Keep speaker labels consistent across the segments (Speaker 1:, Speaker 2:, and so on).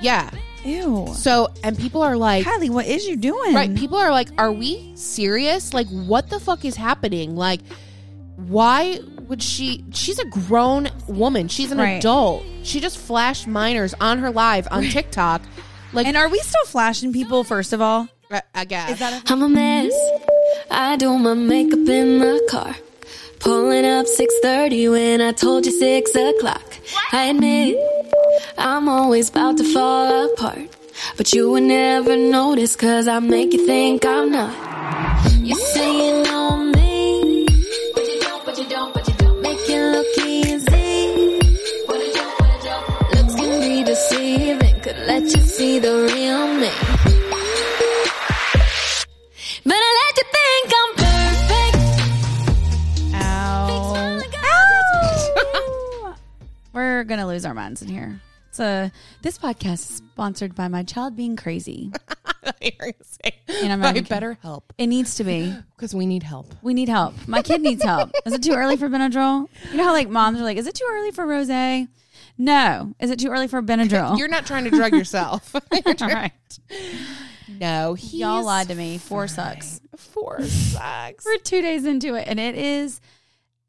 Speaker 1: Yeah.
Speaker 2: Ew.
Speaker 1: So, and people are like,
Speaker 2: Kylie, what is you doing?
Speaker 1: right? People are like, are we serious? Like, what the fuck is happening? Like, why would she? She's a grown woman. She's an
Speaker 2: Right.
Speaker 1: adult. She just flashed minors on her live on TikTok. Like,
Speaker 2: and are we still flashing people, first of all?
Speaker 1: I- I guess.
Speaker 3: I'm a mess. I do my makeup in the car. Pulling up 6.30 when I told you 6 o'clock. I admit, I'm always about to fall apart. But you would never notice cause I make you think I'm not. You say you know me. But you don't, but you don't, but you don't. Make it look easy. What a joke, what a joke. Looks can be deceiving. Could let you see the real me. But I let you think I'm perfect.
Speaker 2: Ow. Ow. We're gonna lose our minds in here. So this podcast is sponsored by my child being crazy. And I'm not
Speaker 1: I
Speaker 2: even kidding.
Speaker 1: better help
Speaker 2: It needs to be.
Speaker 1: because we need help.
Speaker 2: We need help. My kid needs help. Is it too early for Benadryl? You know how like moms are like, is it too early for rosé? No. Is it too early for Benadryl?
Speaker 1: You're not trying to drug yourself.
Speaker 2: All right.
Speaker 1: no, he's
Speaker 2: Y'all lied to me. Four sucks.
Speaker 1: Four sucks.
Speaker 2: We're two days into it, and it is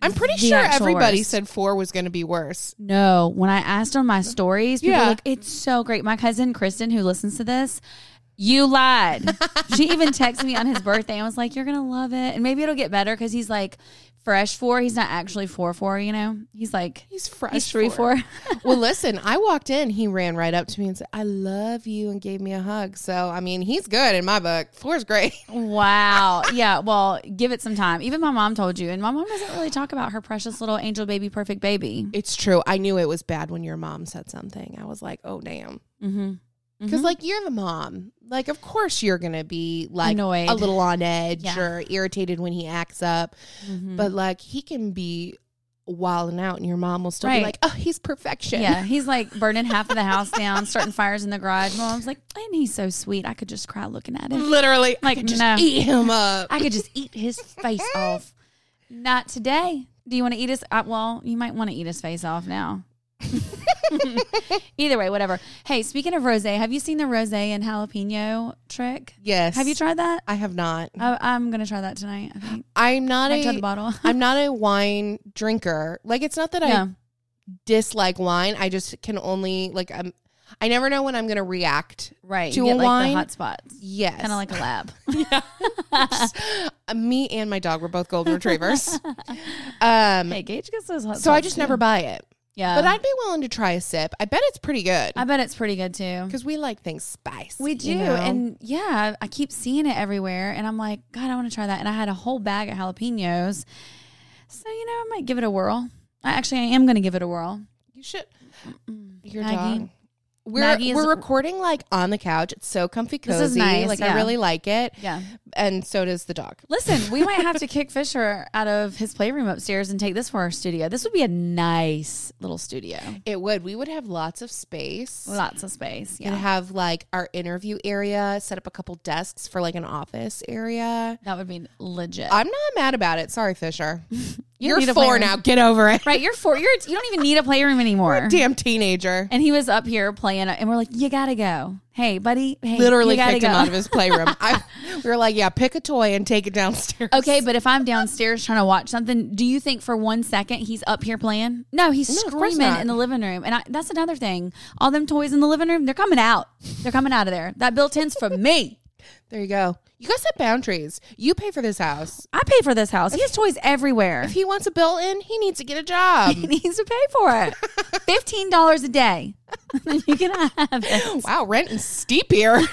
Speaker 1: I'm pretty
Speaker 2: The
Speaker 1: sure
Speaker 2: actual
Speaker 1: everybody
Speaker 2: worst.
Speaker 1: said four was going to be worse.
Speaker 2: no. When I asked on my stories, people
Speaker 1: Yeah.
Speaker 2: were like, "It's so great." My cousin Kristen, who listens to this, you lied. she even texted me on his birthday and was like, "You're gonna love it, and maybe it'll get better because he's like fresh four. He's not actually four four. You know, he's like
Speaker 1: He's fresh.
Speaker 2: he's three four.
Speaker 1: well, listen, I walked in. He ran right up to me and said, I love you and gave me a hug. So, I mean, he's good in my book. Four's great.
Speaker 2: Wow. Yeah. Well, give it some time. Even my mom told you, and my mom doesn't really talk about her precious little angel baby, perfect baby.
Speaker 1: It's true. I knew it was bad when your mom said something. I was like, oh, damn.
Speaker 2: Mm-hmm.
Speaker 1: Because, like, you're the mom. Like, of course you're going to be, like,
Speaker 2: Annoyed.
Speaker 1: a little on edge
Speaker 2: Yeah. Mm-hmm.
Speaker 1: or irritated when he acts up. But, like, he can be wilding out, and your mom will still
Speaker 2: Right.
Speaker 1: be like, oh, he's perfection.
Speaker 2: Yeah, he's like burning half of the house down, starting fires in the garage. My mom's like, and he's so sweet. I could just cry looking at him.
Speaker 1: Literally, I
Speaker 2: Like,
Speaker 1: could just
Speaker 2: no.
Speaker 1: eat him up.
Speaker 2: I could just eat his face off. Not today. Do you want to eat his? Uh, well, you might want to eat his face off now. Either way, whatever. Hey, speaking of rosé, have you seen the rosé and jalapeno trick?
Speaker 1: yes.
Speaker 2: Have you tried that?
Speaker 1: I have not.
Speaker 2: I, I'm gonna try that tonight. I think.
Speaker 1: I'm not
Speaker 2: Might try
Speaker 1: a
Speaker 2: the bottle.
Speaker 1: I'm not a wine drinker. Like it's not that
Speaker 2: yeah.
Speaker 1: I dislike wine. I just can only like I'm. I never know when I'm going to react.
Speaker 2: Right.
Speaker 1: to
Speaker 2: you
Speaker 1: a
Speaker 2: get like
Speaker 1: wine?
Speaker 2: the hot spots.
Speaker 1: Yes,
Speaker 2: Kind of like a lab.
Speaker 1: Uh, me and my dog were both golden retrievers. um,
Speaker 2: hey, Gage gets those hot spots.
Speaker 1: so I just
Speaker 2: too.
Speaker 1: never buy it.
Speaker 2: Yeah.
Speaker 1: But I'd be willing to try a sip. I bet it's pretty good
Speaker 2: I bet it's pretty good too.
Speaker 1: because we like things spiced.
Speaker 2: We
Speaker 1: you
Speaker 2: do.
Speaker 1: know?
Speaker 2: And yeah, I keep seeing it everywhere. And I'm like, God, I want to try that. And I had a whole bag of jalapenos. So, you know, I might give it a whirl. I actually, I am going to give it a whirl.
Speaker 1: you should. Your
Speaker 2: Maggie.
Speaker 1: dog. We're
Speaker 2: Maggie's-
Speaker 1: we're recording like on the couch. It's so comfy, cozy.
Speaker 2: This is nice,
Speaker 1: Like I
Speaker 2: yeah.
Speaker 1: really like it.
Speaker 2: Yeah.
Speaker 1: and so does the dog.
Speaker 2: Listen, we might have to kick Fisher out of his playroom upstairs and take this for our studio. This would be a nice little studio.
Speaker 1: It would. We would have lots of space.
Speaker 2: Lots of space.
Speaker 1: and
Speaker 2: Yeah.
Speaker 1: have like our interview area, set up a couple desks for like an office area.
Speaker 2: That would be legit.
Speaker 1: I'm not mad about it. Sorry, Fisher. You're
Speaker 2: need a
Speaker 1: four
Speaker 2: plan.
Speaker 1: now. Get over it.
Speaker 2: right. You're four. You're, you don't even need a playroom anymore.
Speaker 1: Damn teenager.
Speaker 2: And he was up here playing, and we're like, "You gotta go, hey buddy." Hey,
Speaker 1: Literally
Speaker 2: you gotta
Speaker 1: kicked
Speaker 2: go.
Speaker 1: him out of his playroom. I, we were like, yeah, pick a toy and take it downstairs.
Speaker 2: Okay, but if I'm downstairs trying to watch something, do you think for one second he's up here playing? No, he's
Speaker 1: of course
Speaker 2: screaming
Speaker 1: not.
Speaker 2: in the living room. And I, that's another thing. All them toys in the living room, they're coming out. They're coming out of there. That built in's for me.
Speaker 1: There you go. You guys set boundaries. You pay for this house.
Speaker 2: I pay for this house. He has toys everywhere.
Speaker 1: If he wants a built in, he needs to get a job.
Speaker 2: He needs to pay for it. $15 a day. you can have it.
Speaker 1: Oh, wow, rent is steep here.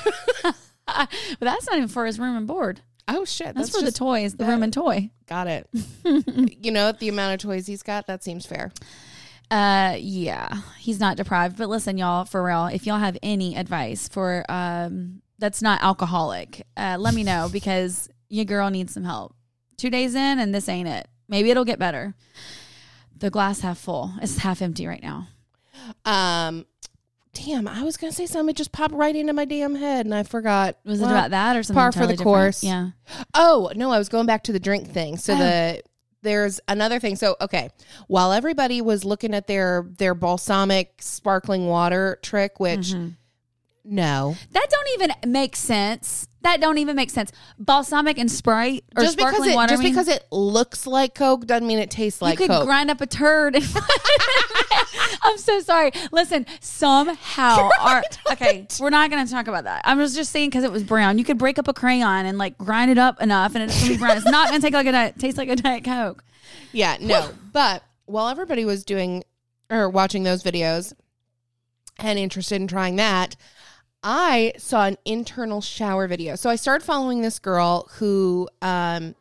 Speaker 2: But that's not even for his room and board.
Speaker 1: oh, shit.
Speaker 2: That's,
Speaker 1: That's,
Speaker 2: for
Speaker 1: just
Speaker 2: the toys, the room and toy.
Speaker 1: got it. you know, the amount of toys he's got, that seems fair.
Speaker 2: Uh, yeah, he's not deprived. But listen, y'all, for real, if y'all have any advice for um that's not alcoholic, uh, let me know because your girl needs some help. Two days in, and this ain't it. Maybe it'll get better. The glass half full. It's half empty right now.
Speaker 1: Um, damn, I was gonna say something. It just popped right into my damn head, and I forgot.
Speaker 2: Was
Speaker 1: Well,
Speaker 2: it about that or something?
Speaker 1: par for
Speaker 2: totally
Speaker 1: the
Speaker 2: different?
Speaker 1: course.
Speaker 2: Yeah.
Speaker 1: Oh no, I was going back to the drink thing. So the
Speaker 2: Oh.
Speaker 1: there's another thing. So okay, while
Speaker 2: Mm-hmm.
Speaker 1: everybody was looking at their their balsamic sparkling water trick, which No.
Speaker 2: That don't even make sense. That don't even make sense. Balsamic and Sprite or
Speaker 1: Just
Speaker 2: sparkling
Speaker 1: because, it,
Speaker 2: water. I
Speaker 1: just
Speaker 2: mean,
Speaker 1: because it looks like Coke doesn't mean it tastes
Speaker 2: you
Speaker 1: like
Speaker 2: could
Speaker 1: Coke.
Speaker 2: grind up a turd. and- I'm so sorry. Listen, somehow our okay. We're not going to talk about that. I was just saying because it was brown. You could break up a crayon and like grind it up enough, and it's going to be brown. it's not going to take like a diet, taste like a diet coke.
Speaker 1: yeah, no. but while everybody was doing or watching those videos and interested in trying that, I saw an internal shower video. So I started following this girl who um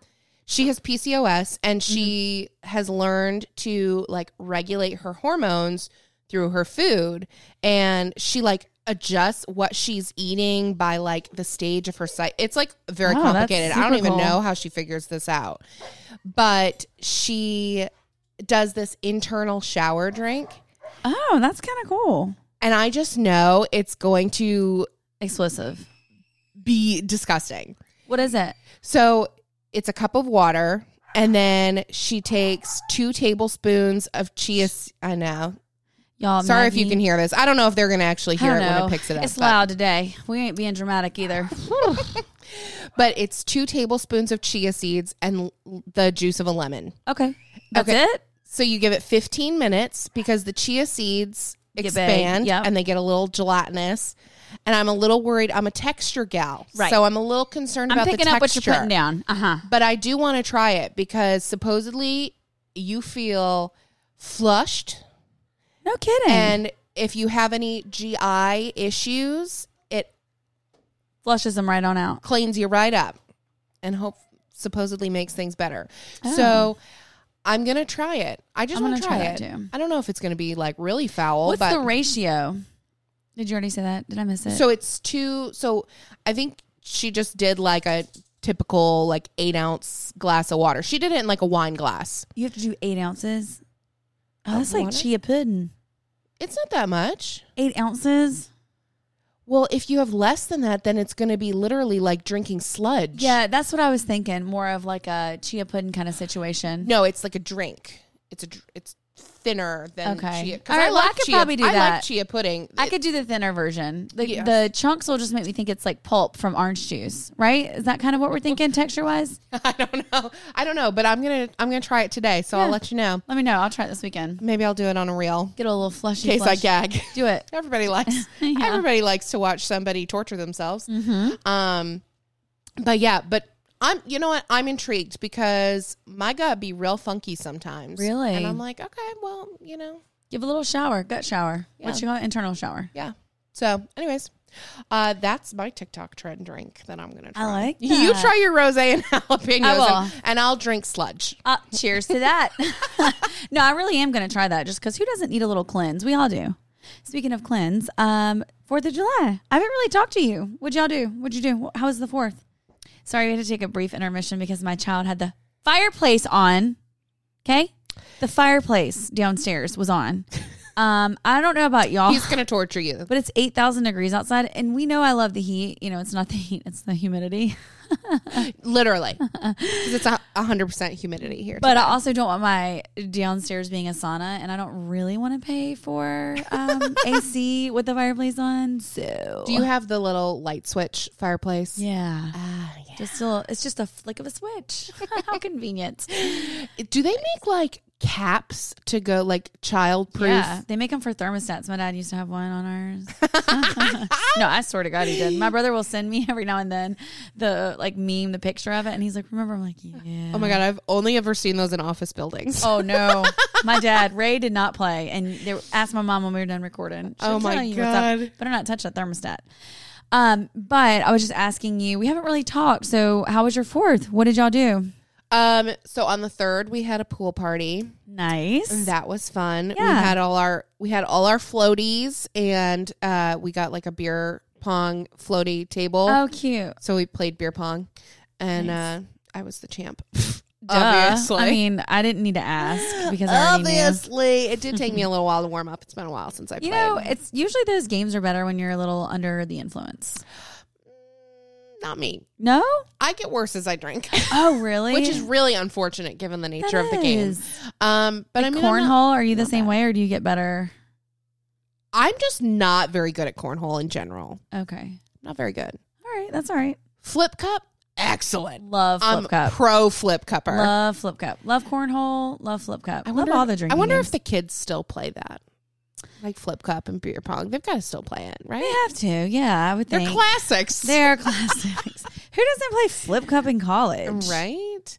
Speaker 1: she has PCOS and she
Speaker 2: Mm-hmm.
Speaker 1: has learned to like regulate her hormones through her food and she like adjusts what she's eating by like the stage of her site. It's like very
Speaker 2: Wow, that's
Speaker 1: complicated. I
Speaker 2: super
Speaker 1: don't even
Speaker 2: cool.
Speaker 1: know how she figures this out. But she does this internal shower drink
Speaker 2: Oh, that's kind of cool.
Speaker 1: and I just know it's going to
Speaker 2: Explosive.
Speaker 1: be disgusting.
Speaker 2: What is it?
Speaker 1: So it's a cup of water, and then she takes two tablespoons of chia. s- I know.
Speaker 2: Y'all,
Speaker 1: Sorry if you
Speaker 2: Maggie-
Speaker 1: can hear this. I don't know if they're going to actually
Speaker 2: I
Speaker 1: hear it
Speaker 2: don't
Speaker 1: when
Speaker 2: know.
Speaker 1: it picks it up.
Speaker 2: It's
Speaker 1: but-
Speaker 2: loud today. We ain't being dramatic either.
Speaker 1: but it's two tablespoons of chia seeds and l- the juice of a lemon.
Speaker 2: Okay. That's
Speaker 1: Okay.
Speaker 2: it?
Speaker 1: So you give it 15 minutes because the chia seeds
Speaker 2: Get big,
Speaker 1: expand
Speaker 2: yep.
Speaker 1: and they get a little gelatinous. And I'm a little worried. I'm a texture gal,
Speaker 2: Right.
Speaker 1: so I'm a little concerned
Speaker 2: I'm
Speaker 1: about the
Speaker 2: picking
Speaker 1: texture.
Speaker 2: up what you're putting down. Uh huh.
Speaker 1: but I do want to try it because supposedly you feel flushed,
Speaker 2: No kidding.
Speaker 1: and if you have any GI issues, it
Speaker 2: flushes them right on out.
Speaker 1: cleans you right up, and hope supposedly makes things better. So. I'm gonna try it. I just
Speaker 2: Oh. I'm
Speaker 1: want to
Speaker 2: gonna
Speaker 1: try,
Speaker 2: try
Speaker 1: it.
Speaker 2: that too.
Speaker 1: I don't know if it's gonna be like really foul,
Speaker 2: What's
Speaker 1: but
Speaker 2: the ratio? Did you already say that? Did I miss it?
Speaker 1: so it's two. So I think she just did like a typical like eight ounce glass of water. She did it in like a wine glass.
Speaker 2: you have to do eight ounces. Oh, that's like
Speaker 1: water?
Speaker 2: chia pudding.
Speaker 1: It's not that much.
Speaker 2: Eight ounces.
Speaker 1: Well, if you have less than that, then it's going to be literally like drinking sludge.
Speaker 2: Yeah, that's what I was thinking. More of like a chia pudding kind of situation.
Speaker 1: No, it's like a drink. It's a dr- it's thinner than
Speaker 2: Okay.
Speaker 1: chia.
Speaker 2: All right, well, I could
Speaker 1: chia,
Speaker 2: probably do
Speaker 1: I like
Speaker 2: that.
Speaker 1: chia pudding.
Speaker 2: I could do the thinner version. The,
Speaker 1: Yeah.
Speaker 2: the chunks will just make me think it's like pulp from orange juice, right? Is that kind of what we're thinking texture wise?
Speaker 1: I don't know. I don't know, but I'm gonna I'm gonna try it today. So I'll
Speaker 2: Yeah.
Speaker 1: let you know.
Speaker 2: Let me know. I'll try it this weekend.
Speaker 1: Maybe I'll do it on a reel
Speaker 2: Get a little flushy.
Speaker 1: in case I
Speaker 2: flush.
Speaker 1: gag.
Speaker 2: Do it.
Speaker 1: Everybody likes
Speaker 2: Yeah. Mm-hmm.
Speaker 1: everybody likes to watch somebody torture themselves. Um, but yeah, but I'm you know what I'm intrigued because my gut be real funky sometimes.
Speaker 2: Really?
Speaker 1: and I'm like, okay, well, you know,
Speaker 2: Give a little shower, gut shower. What you call it? Internal shower.
Speaker 1: Yeah. So, anyways, uh, that's my TikTok trend drink that I'm gonna try.
Speaker 2: like
Speaker 1: You
Speaker 2: that.
Speaker 1: try your rosé and jalapenos,
Speaker 2: I will.
Speaker 1: And, and I'll drink sludge.
Speaker 2: Uh, cheers to that. no, I really am going to try that just because who doesn't need a little cleanse? We all do. Speaking of cleanse, um, 4th of July. I haven't really talked to you. What'd y'all do? What'd you do? How was the 4th? Sorry, we had to take a brief intermission because my child had the fireplace on. Okay? The fireplace downstairs was on. Um, I don't know about y'all.
Speaker 1: He's gonna torture you.
Speaker 2: but it's 8,000 degrees outside. And we know I love the heat. You know, it's not the heat, it's the humidity.
Speaker 1: Literally, 'Cause it's a hundred percent humidity here.
Speaker 2: But I also don't want my downstairs being a sauna, and I don't really want to pay for um, AC with the fireplace on. So
Speaker 1: do you have the little light switch fireplace?
Speaker 2: yeah.
Speaker 1: Ah, yeah.
Speaker 2: Just still, it's just a flick of a switch. How convenient!
Speaker 1: Do they make like caps to go like childproof?
Speaker 2: Yeah, they make them for thermostats. My dad used to have one on ours. no, I swear to God, he did. My brother will send me every now and then the like meme, the picture of it, and he's like, "Remember?" I'm like, "Yeah."
Speaker 1: Oh my god, I've only ever seen those in office buildings.
Speaker 2: Oh no, my dad Ray did not play, and they were- asked my mom when we were done recording. She'll
Speaker 1: Oh, my
Speaker 2: tell you what's up.
Speaker 1: God.
Speaker 2: Better not touch that thermostat. Um, but I was just asking you. We haven't really talked. So, how was your fourth? What did y'all do?
Speaker 1: Um, so on the third, we had a pool party.
Speaker 2: Nice.
Speaker 1: That was fun. We
Speaker 2: Yeah.
Speaker 1: had all our we had all our floaties and uh we got like a beer pong floaty table.
Speaker 2: oh, cute.
Speaker 1: So we played beer pong and uh I was the champ.
Speaker 2: Duh. I mean, I didn't need to ask because I already knew.
Speaker 1: Obviously. It did take me a little while to warm up. It's been a while since I played.
Speaker 2: You know, it's usually those games are better when you're a little under the influence.
Speaker 1: Not me.
Speaker 2: No?
Speaker 1: I get worse as I drink.
Speaker 2: Oh, really?
Speaker 1: Which is really unfortunate given the nature of the game.
Speaker 2: is.
Speaker 1: Um but I mean I'm not-
Speaker 2: cornhole. Are you the same way, or do you get better?
Speaker 1: I'm just not very good at cornhole in general.
Speaker 2: Okay.
Speaker 1: Not very good.
Speaker 2: All right. That's all right.
Speaker 1: Flip cup, excellent.
Speaker 2: Love flip
Speaker 1: I'm
Speaker 2: cup.
Speaker 1: pro flip cupper.
Speaker 2: Love flip cup. Love cornhole. Love flip cup.
Speaker 1: I
Speaker 2: love all the drinking.
Speaker 1: I wonder if the kids still play that, like flip cup and beer pong. They've got to still play it, right?
Speaker 2: they have to. Yeah, I would
Speaker 1: They're
Speaker 2: think
Speaker 1: classics,
Speaker 2: they're classics. Who doesn't play flip cup in college?
Speaker 1: right?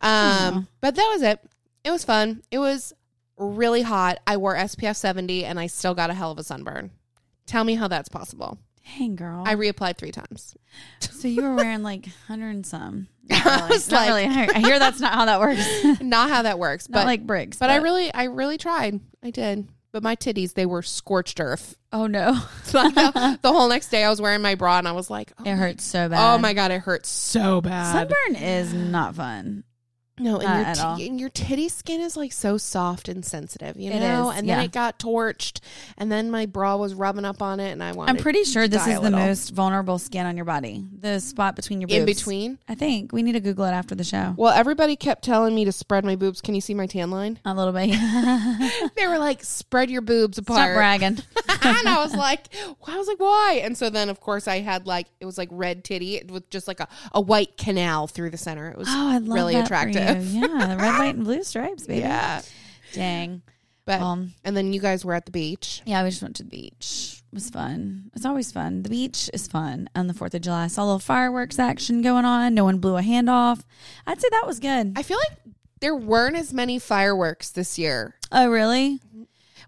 Speaker 1: Um, but that was it. It was fun. It was really hot. I wore SPF 70 and I still got a hell of a sunburn. Tell me how that's possible.
Speaker 2: Dang, girl.
Speaker 1: I reapplied three times.
Speaker 2: so you were wearing like hundred and some. Not
Speaker 1: I
Speaker 2: really.
Speaker 1: was
Speaker 2: Not
Speaker 1: like-
Speaker 2: really. I hear that's not how that works. Not
Speaker 1: Not how that works, but
Speaker 2: like bricks.
Speaker 1: but I really I really tried. I did. But my titties, they were scorched earth.
Speaker 2: Oh no,
Speaker 1: the whole next day I was wearing my bra and I was like, oh,
Speaker 2: it hurts so bad.
Speaker 1: oh my god, it hurts so bad.
Speaker 2: Sunburn is not fun.
Speaker 1: No, and
Speaker 2: Not
Speaker 1: your
Speaker 2: at
Speaker 1: t-
Speaker 2: all.
Speaker 1: and your titty skin is like so soft and sensitive, you
Speaker 2: It
Speaker 1: know.
Speaker 2: is,
Speaker 1: and then
Speaker 2: yeah.
Speaker 1: it got torched, and then my bra was rubbing up on it, and I wanted.
Speaker 2: I'm pretty sure this
Speaker 1: die a
Speaker 2: is the
Speaker 1: little.
Speaker 2: most vulnerable skin on your body. The spot between your boobs.
Speaker 1: in between.
Speaker 2: I think we need to Google it after the show.
Speaker 1: Well, everybody kept telling me to spread my boobs. Can you see my tan line?
Speaker 2: A little bit. Stop
Speaker 1: They were like, "Spread your boobs apart."
Speaker 2: bragging. Oh,
Speaker 1: and I was like, I was like, why? And so then, of course, I had like it was like red titty with just like a, a white canal through the center. It was
Speaker 2: Oh, I love
Speaker 1: really
Speaker 2: that for
Speaker 1: attractive.
Speaker 2: you. Yeah, red, white, and blue stripes, baby.
Speaker 1: Yeah,
Speaker 2: Dang.
Speaker 1: but
Speaker 2: Um,
Speaker 1: and then you guys were at the beach.
Speaker 2: Yeah, we just went to the beach. It was fun. It's always fun. The beach is fun on the 4th of July. I saw a little fireworks action going on. No one blew a hand off. I'd say that was good.
Speaker 1: I feel like there weren't as many fireworks this year.
Speaker 2: oh, really?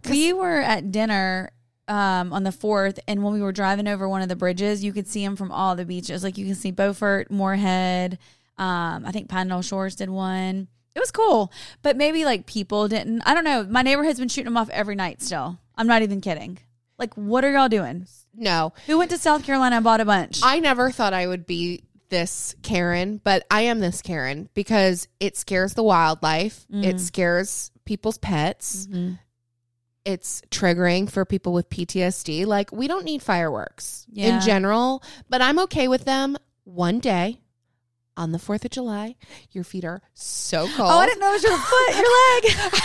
Speaker 2: We were at dinner um, on the 4th, and when we were driving over one of the bridges, you could see them from all the beaches. Like you can see Beaufort, Moorhead. Um, I think Pine Knoll Shores did one. It was cool, but maybe like people didn't. I don't know. My neighborhood's been shooting them off every night still. I'm not even kidding. Like, what are y'all doing?
Speaker 1: No,
Speaker 2: Who went to South Carolina and bought a bunch?
Speaker 1: I never thought I would be this Karen, but I am this Karen because it scares the wildlife.
Speaker 2: Mm.
Speaker 1: It scares people's pets.
Speaker 2: Mm-hmm.
Speaker 1: It's triggering for people with PTSD. Like, we don't need fireworks
Speaker 2: Yeah.
Speaker 1: in general, but I'm okay with them one day on the 4th of July. Your feet are so cold.
Speaker 2: oh, I didn't know it was your foot, your leg.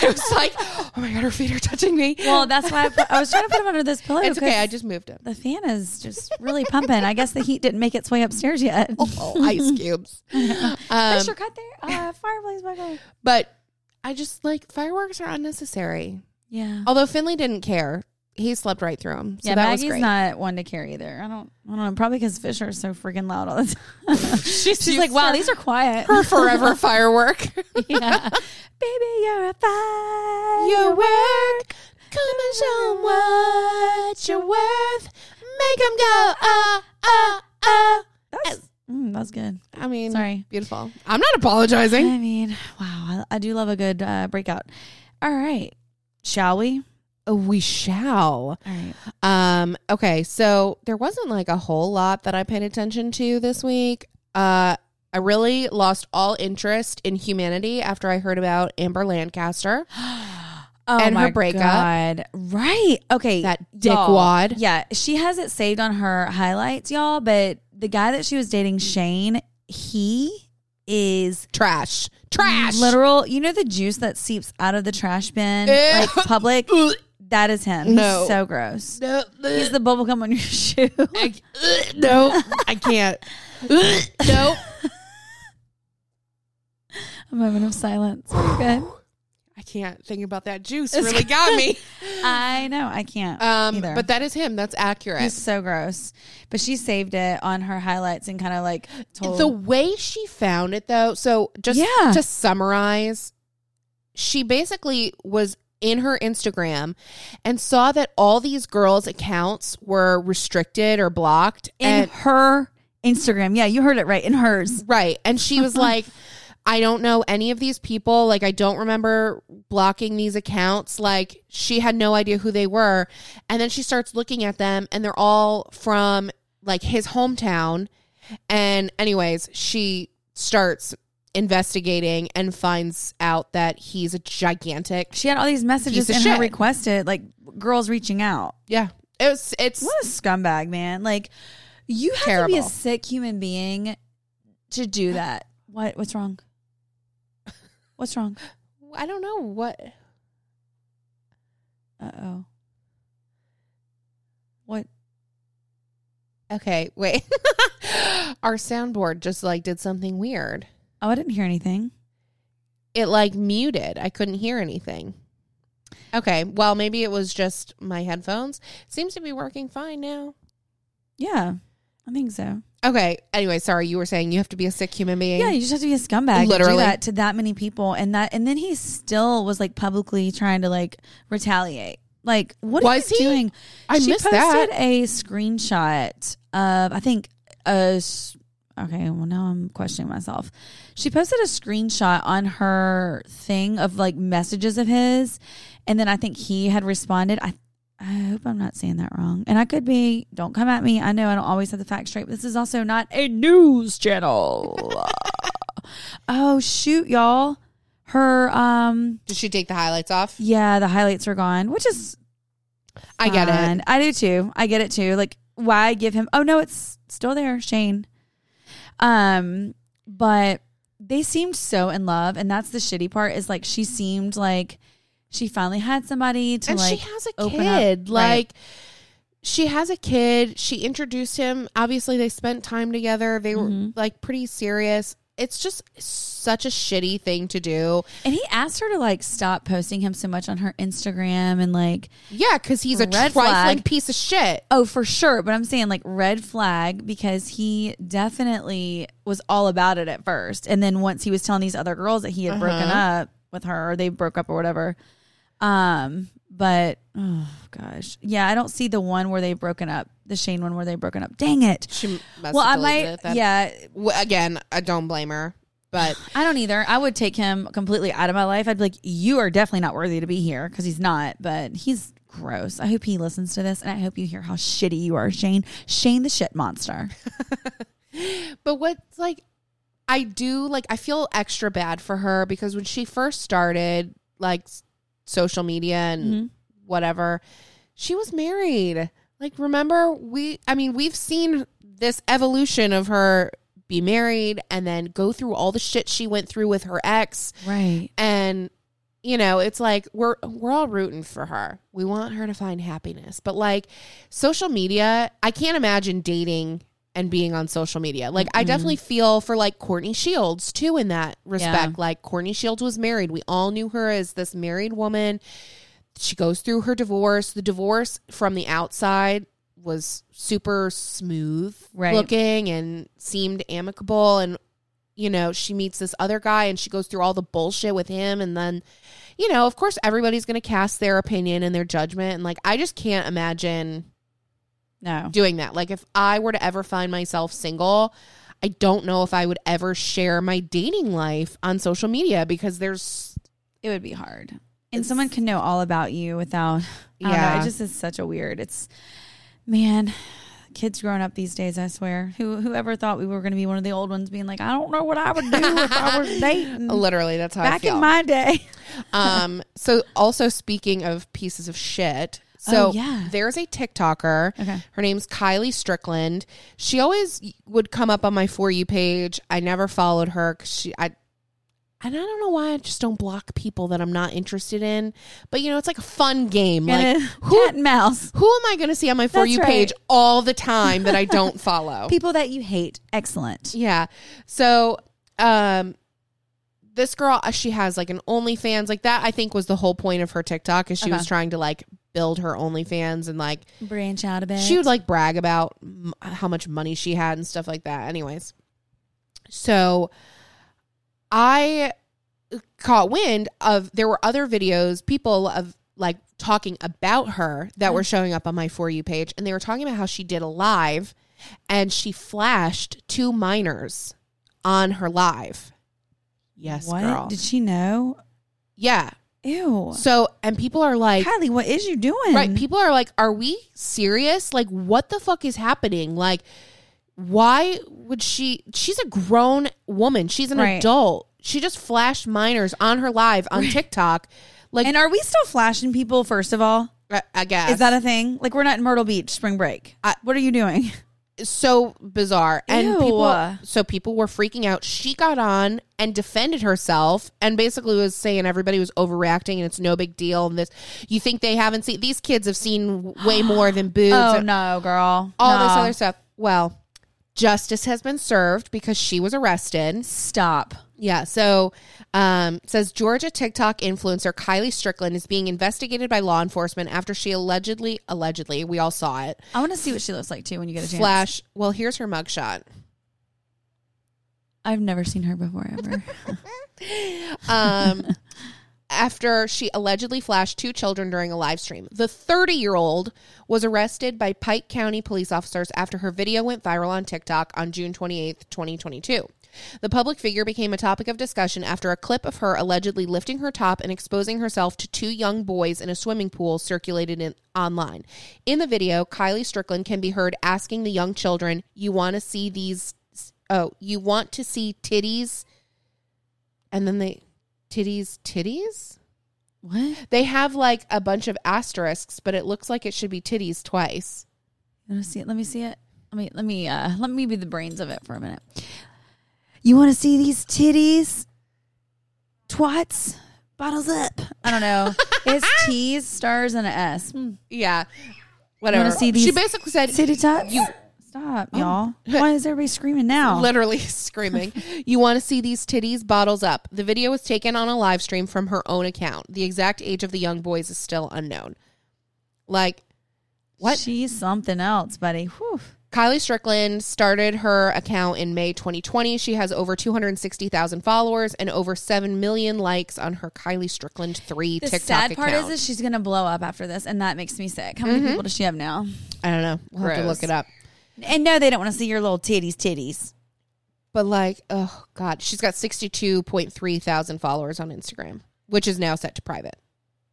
Speaker 1: I was like, oh my God, her feet are touching me.
Speaker 2: well, that's why I, put, I was trying to put them under this pillow.
Speaker 1: it's okay.
Speaker 2: 'cause
Speaker 1: I just moved it.
Speaker 2: the fan is just really pumping. I guess the heat didn't make its way upstairs yet.
Speaker 1: Oh, ice cubes. Um,
Speaker 2: Pressure cut there. Uh, fireplace buckle.
Speaker 1: But I just like fireworks are unnecessary.
Speaker 2: Yeah.
Speaker 1: Although Finley didn't care, he slept right through them. So
Speaker 2: yeah,
Speaker 1: that
Speaker 2: Maggie's
Speaker 1: was great.
Speaker 2: not one to care either. I don't. I don't know. Probably because Fisher is so freaking loud all the time. she's like, wow, these are quiet.
Speaker 1: her forever firework.
Speaker 2: yeah. Baby, you're a fire.
Speaker 1: your work, come and show 'em what you're worth. Make them go, ah, ah, ah.
Speaker 2: That was, mm, that was good.
Speaker 1: I mean,
Speaker 2: Sorry.
Speaker 1: beautiful. I'm not apologizing.
Speaker 2: I mean, wow, I, I do love a good uh, breakout. All right, shall we?
Speaker 1: Oh, we shall.
Speaker 2: All right.
Speaker 1: Um, okay, so there wasn't like a whole lot that I paid attention to this week. Uh I really lost all interest in humanity after I heard about Amber Lancaster.
Speaker 2: Oh
Speaker 1: And her
Speaker 2: my
Speaker 1: breakup.
Speaker 2: God. Right. Okay.
Speaker 1: That
Speaker 2: y'all.
Speaker 1: dickwad.
Speaker 2: Yeah. She has it saved on her highlights, y'all, but the guy that she was dating, Shane, he is
Speaker 1: Trash. Trash.
Speaker 2: literal. You know the juice that seeps out of the trash bin,
Speaker 1: Ew.
Speaker 2: like public?
Speaker 1: Ugh.
Speaker 2: That is him.
Speaker 1: Eh. No.
Speaker 2: He's so gross.
Speaker 1: No,
Speaker 2: He's the bubble gum on your shoe.
Speaker 1: I, ugh, no, I can't. Ugh, no.
Speaker 2: A moment of silence. Are you good?
Speaker 1: I can't. Thinking about that juice really got me.
Speaker 2: I know. I can't.
Speaker 1: Um,
Speaker 2: either.
Speaker 1: but that is him. That's accurate.
Speaker 2: He's so gross. But she saved it on her highlights and kind of like told.
Speaker 1: The way she found it, though, so just
Speaker 2: Yeah.
Speaker 1: to summarize, she basically was in her Instagram and saw that all these girls' accounts were restricted or blocked.
Speaker 2: in
Speaker 1: and
Speaker 2: her Instagram. Yeah, you heard it right. In hers.
Speaker 1: right. And she was like, I don't know any of these people. Like, I don't remember blocking these accounts. Like, she had no idea who they were. And then she starts looking at them, and they're all from like his hometown. And, anyways, she starts investigating and finds out that he's a gigantic.
Speaker 2: She had all these messages
Speaker 1: Piece of
Speaker 2: in her
Speaker 1: shit.
Speaker 2: requested, like girls reaching out.
Speaker 1: Yeah. It was, it's,
Speaker 2: What a scumbag, man. Like you have to be a
Speaker 1: Terrible.
Speaker 2: sick human being to do that. What what's wrong? What's wrong?
Speaker 1: I don't know what.
Speaker 2: Uh oh. What?
Speaker 1: Okay, wait. Our soundboard just like did something weird.
Speaker 2: Oh, I didn't hear anything.
Speaker 1: It like muted. I couldn't hear anything. Okay, well maybe it was just my headphones. Seems to be working fine now.
Speaker 2: Yeah, I think so.
Speaker 1: Okay, anyway, sorry, you were saying you have to be a sick human being.
Speaker 2: Yeah, you just have to be a scumbag. Literally,
Speaker 1: Literally.
Speaker 2: that to that many people, and that, and then he still was like publicly trying to like retaliate. Like, what are
Speaker 1: Was
Speaker 2: you
Speaker 1: he?
Speaker 2: doing?
Speaker 1: I
Speaker 2: she
Speaker 1: missed that.
Speaker 2: posted a screenshot of I think a. s- Okay, well now I'm questioning myself. She posted a screenshot on her thing of like messages of his, and then I think he had responded. I I hope I'm not saying that wrong, and I could be. Don't come at me. I know I don't always have the facts straight. But this is also not a news channel. oh shoot, y'all! Her um,
Speaker 1: Did she take the highlights off?
Speaker 2: yeah, the highlights are gone, which is
Speaker 1: I get it.
Speaker 2: fine. I do too. I get it too. Like why give him Oh no, it's still there, Shane. Um but they seemed so in love and that's the shitty part is like she seemed like she finally had somebody to
Speaker 1: and
Speaker 2: like
Speaker 1: she has a
Speaker 2: open up-
Speaker 1: kid
Speaker 2: Right.
Speaker 1: like she has a kid she introduced him obviously they spent time together they were
Speaker 2: Mhm.
Speaker 1: like pretty serious it's just such a shitty thing to do
Speaker 2: and he asked her to like stop posting him so much on her Instagram and like
Speaker 1: yeah because he's a
Speaker 2: Red
Speaker 1: trifling
Speaker 2: flag.
Speaker 1: piece of shit
Speaker 2: Oh, for sure. But I'm saying like red flag because he definitely was all about it at first. And then once he was telling these other girls that he had broken up with her or they broke up or whatever. Um, but oh gosh. Yeah, I don't see the one where they've broken up, the Shane one where they've broken up. Dang it.
Speaker 1: she must
Speaker 2: well, I
Speaker 1: have deleted
Speaker 2: might
Speaker 1: it then.
Speaker 2: yeah,
Speaker 1: W- again i don't blame her but
Speaker 2: I don't either. I would take him completely out of my life. I'd be like, you are definitely not worthy to be here because he's not, but he's gross. I hope he listens to this and I hope you hear how shitty you are, Shane. Shane the shit monster.
Speaker 1: But what's like, I do like, I feel extra bad for her because when she first started like s- social media and whatever, she was married. Like, remember, we, I mean, we've seen this evolution of her be married and then go through all the shit she went through with her ex.
Speaker 2: Right.
Speaker 1: And, you know, it's like we're we're all rooting for her. We want her to find happiness. But like social media, I can't imagine dating and being on social media. Like I definitely feel for like Courtney Shields too in that respect. Like Courtney Shields was married. We all knew her as this married woman. She goes through her divorce. The divorce from the outside was super smooth
Speaker 2: Right.
Speaker 1: looking and seemed amicable and you know, she meets this other guy and she goes through all the bullshit with him. And then, you know, of course, everybody's going to cast their opinion and their judgment. And like, I just can't imagine
Speaker 2: No.
Speaker 1: doing that. Like, if I were to ever find myself single, I don't know if I would ever share my dating life on social media because there's,
Speaker 2: It would be hard. And someone can know all about you without Yeah.
Speaker 1: Yeah.
Speaker 2: it just is such a weird it's man, kids growing up these days, I swear. Who whoever thought we were gonna be one of the old ones being like, I don't know what I would do if I was dating
Speaker 1: literally, that's how I
Speaker 2: back
Speaker 1: feel.
Speaker 2: in my day.
Speaker 1: um, so, also speaking of pieces of shit. So
Speaker 2: Oh, yeah.
Speaker 1: there's a TikToker.
Speaker 2: Okay.
Speaker 1: Her name's Kylie Strickland. She always would come up on my for you page. I never followed her because she I and I don't know why I just don't block people that I'm not interested in. But you know, it's like a fun game. Like
Speaker 2: Like, cat and mouse.
Speaker 1: who am I gonna see on my for
Speaker 2: That's
Speaker 1: you
Speaker 2: right.
Speaker 1: page all the time that I don't follow?
Speaker 2: People that you hate. Excellent.
Speaker 1: Yeah. So, um, this girl, uh, she has like an OnlyFans, like that. I think was the whole point of her TikTok, is she
Speaker 2: Okay.
Speaker 1: was trying to like build her OnlyFans and like
Speaker 2: Branch out a bit.
Speaker 1: she would like brag about m- how much money she had and stuff like that. Anyways, so I caught wind of there were other videos, people of like talking about her that
Speaker 2: Mm-hmm.
Speaker 1: were showing up on my For You page, and they were talking about how she did a live and she flashed two minors on her live. Yes,
Speaker 2: what?
Speaker 1: girl.
Speaker 2: Did she know?
Speaker 1: yeah.
Speaker 2: Ew.
Speaker 1: So, and people are like,
Speaker 2: Kylie, what is you doing?
Speaker 1: Right. People are like, are we serious? Like, what the fuck is happening? Like, why would she? She's a grown woman. She's an
Speaker 2: Right.
Speaker 1: adult. She just flashed minors on her live on TikTok. Like,
Speaker 2: and are we still flashing people, first of all?
Speaker 1: I- I guess.
Speaker 2: Is that a thing? Like we're not in Myrtle Beach spring break. what are you doing?
Speaker 1: so bizarre. And
Speaker 2: Ew.
Speaker 1: people so people were freaking out. She got on and defended herself and basically was saying everybody was overreacting and it's no big deal and this you think they haven't seen these kids have seen way more than boobs
Speaker 2: Oh
Speaker 1: and
Speaker 2: no, girl.
Speaker 1: all
Speaker 2: No.
Speaker 1: this other stuff. Well, justice has been served because she was arrested.
Speaker 2: Stop.
Speaker 1: Yeah. So, um, it says Georgia TikTok influencer Kylie Strickland is being investigated by law enforcement after she allegedly, allegedly, we all saw it,
Speaker 2: I want to see what she looks like too when you get a chance.
Speaker 1: flash. Well, here's her mugshot.
Speaker 2: I've never seen her before ever.
Speaker 1: Um, after she allegedly flashed two children during a live stream, the 30 year old was arrested by Pike County police officers after her video went viral on TikTok on June 28th, 2022. The public figure became a topic of discussion after a clip of her allegedly lifting her top and exposing herself to two young boys in a swimming pool circulated in, online. In the video, Kylie Strickland can be heard asking the young children, "You want to see these? Oh, you want to see titties?" And then they titties titties
Speaker 2: what?
Speaker 1: they have like a bunch of asterisks but it looks like it should be titties twice
Speaker 2: Let me see it. Let me see it. Let me let me uh let me be the brains of it for a minute. You want to see these titties, twats, bottles up. I don't know. it's T's, stars, and an S. Hmm.
Speaker 1: yeah whatever
Speaker 2: see these
Speaker 1: she basically said
Speaker 2: City tots. Stop, y'all. Why is everybody screaming now?
Speaker 1: literally screaming Oh. you want to see these titties bottles up the video was taken on a live stream from her own account the exact age of the young boys is still unknown like what
Speaker 2: She's something else, buddy. Whew.
Speaker 1: Kylie Strickland started her account in May 2020. She has over 260,000 followers and over 7 million likes on her Kylie Strickland 3
Speaker 2: The
Speaker 1: TikTok
Speaker 2: sad
Speaker 1: account. Mm-hmm.
Speaker 2: part is, is she's gonna blow up after this, and that makes me sick. How many people does she have now?
Speaker 1: I don't know. We'll have to look
Speaker 2: Gross.
Speaker 1: it up.
Speaker 2: And no, they don't want to see your little titties, titties.
Speaker 1: But like, oh god, she's got sixty-two point three thousand followers on Instagram, which is now set to private.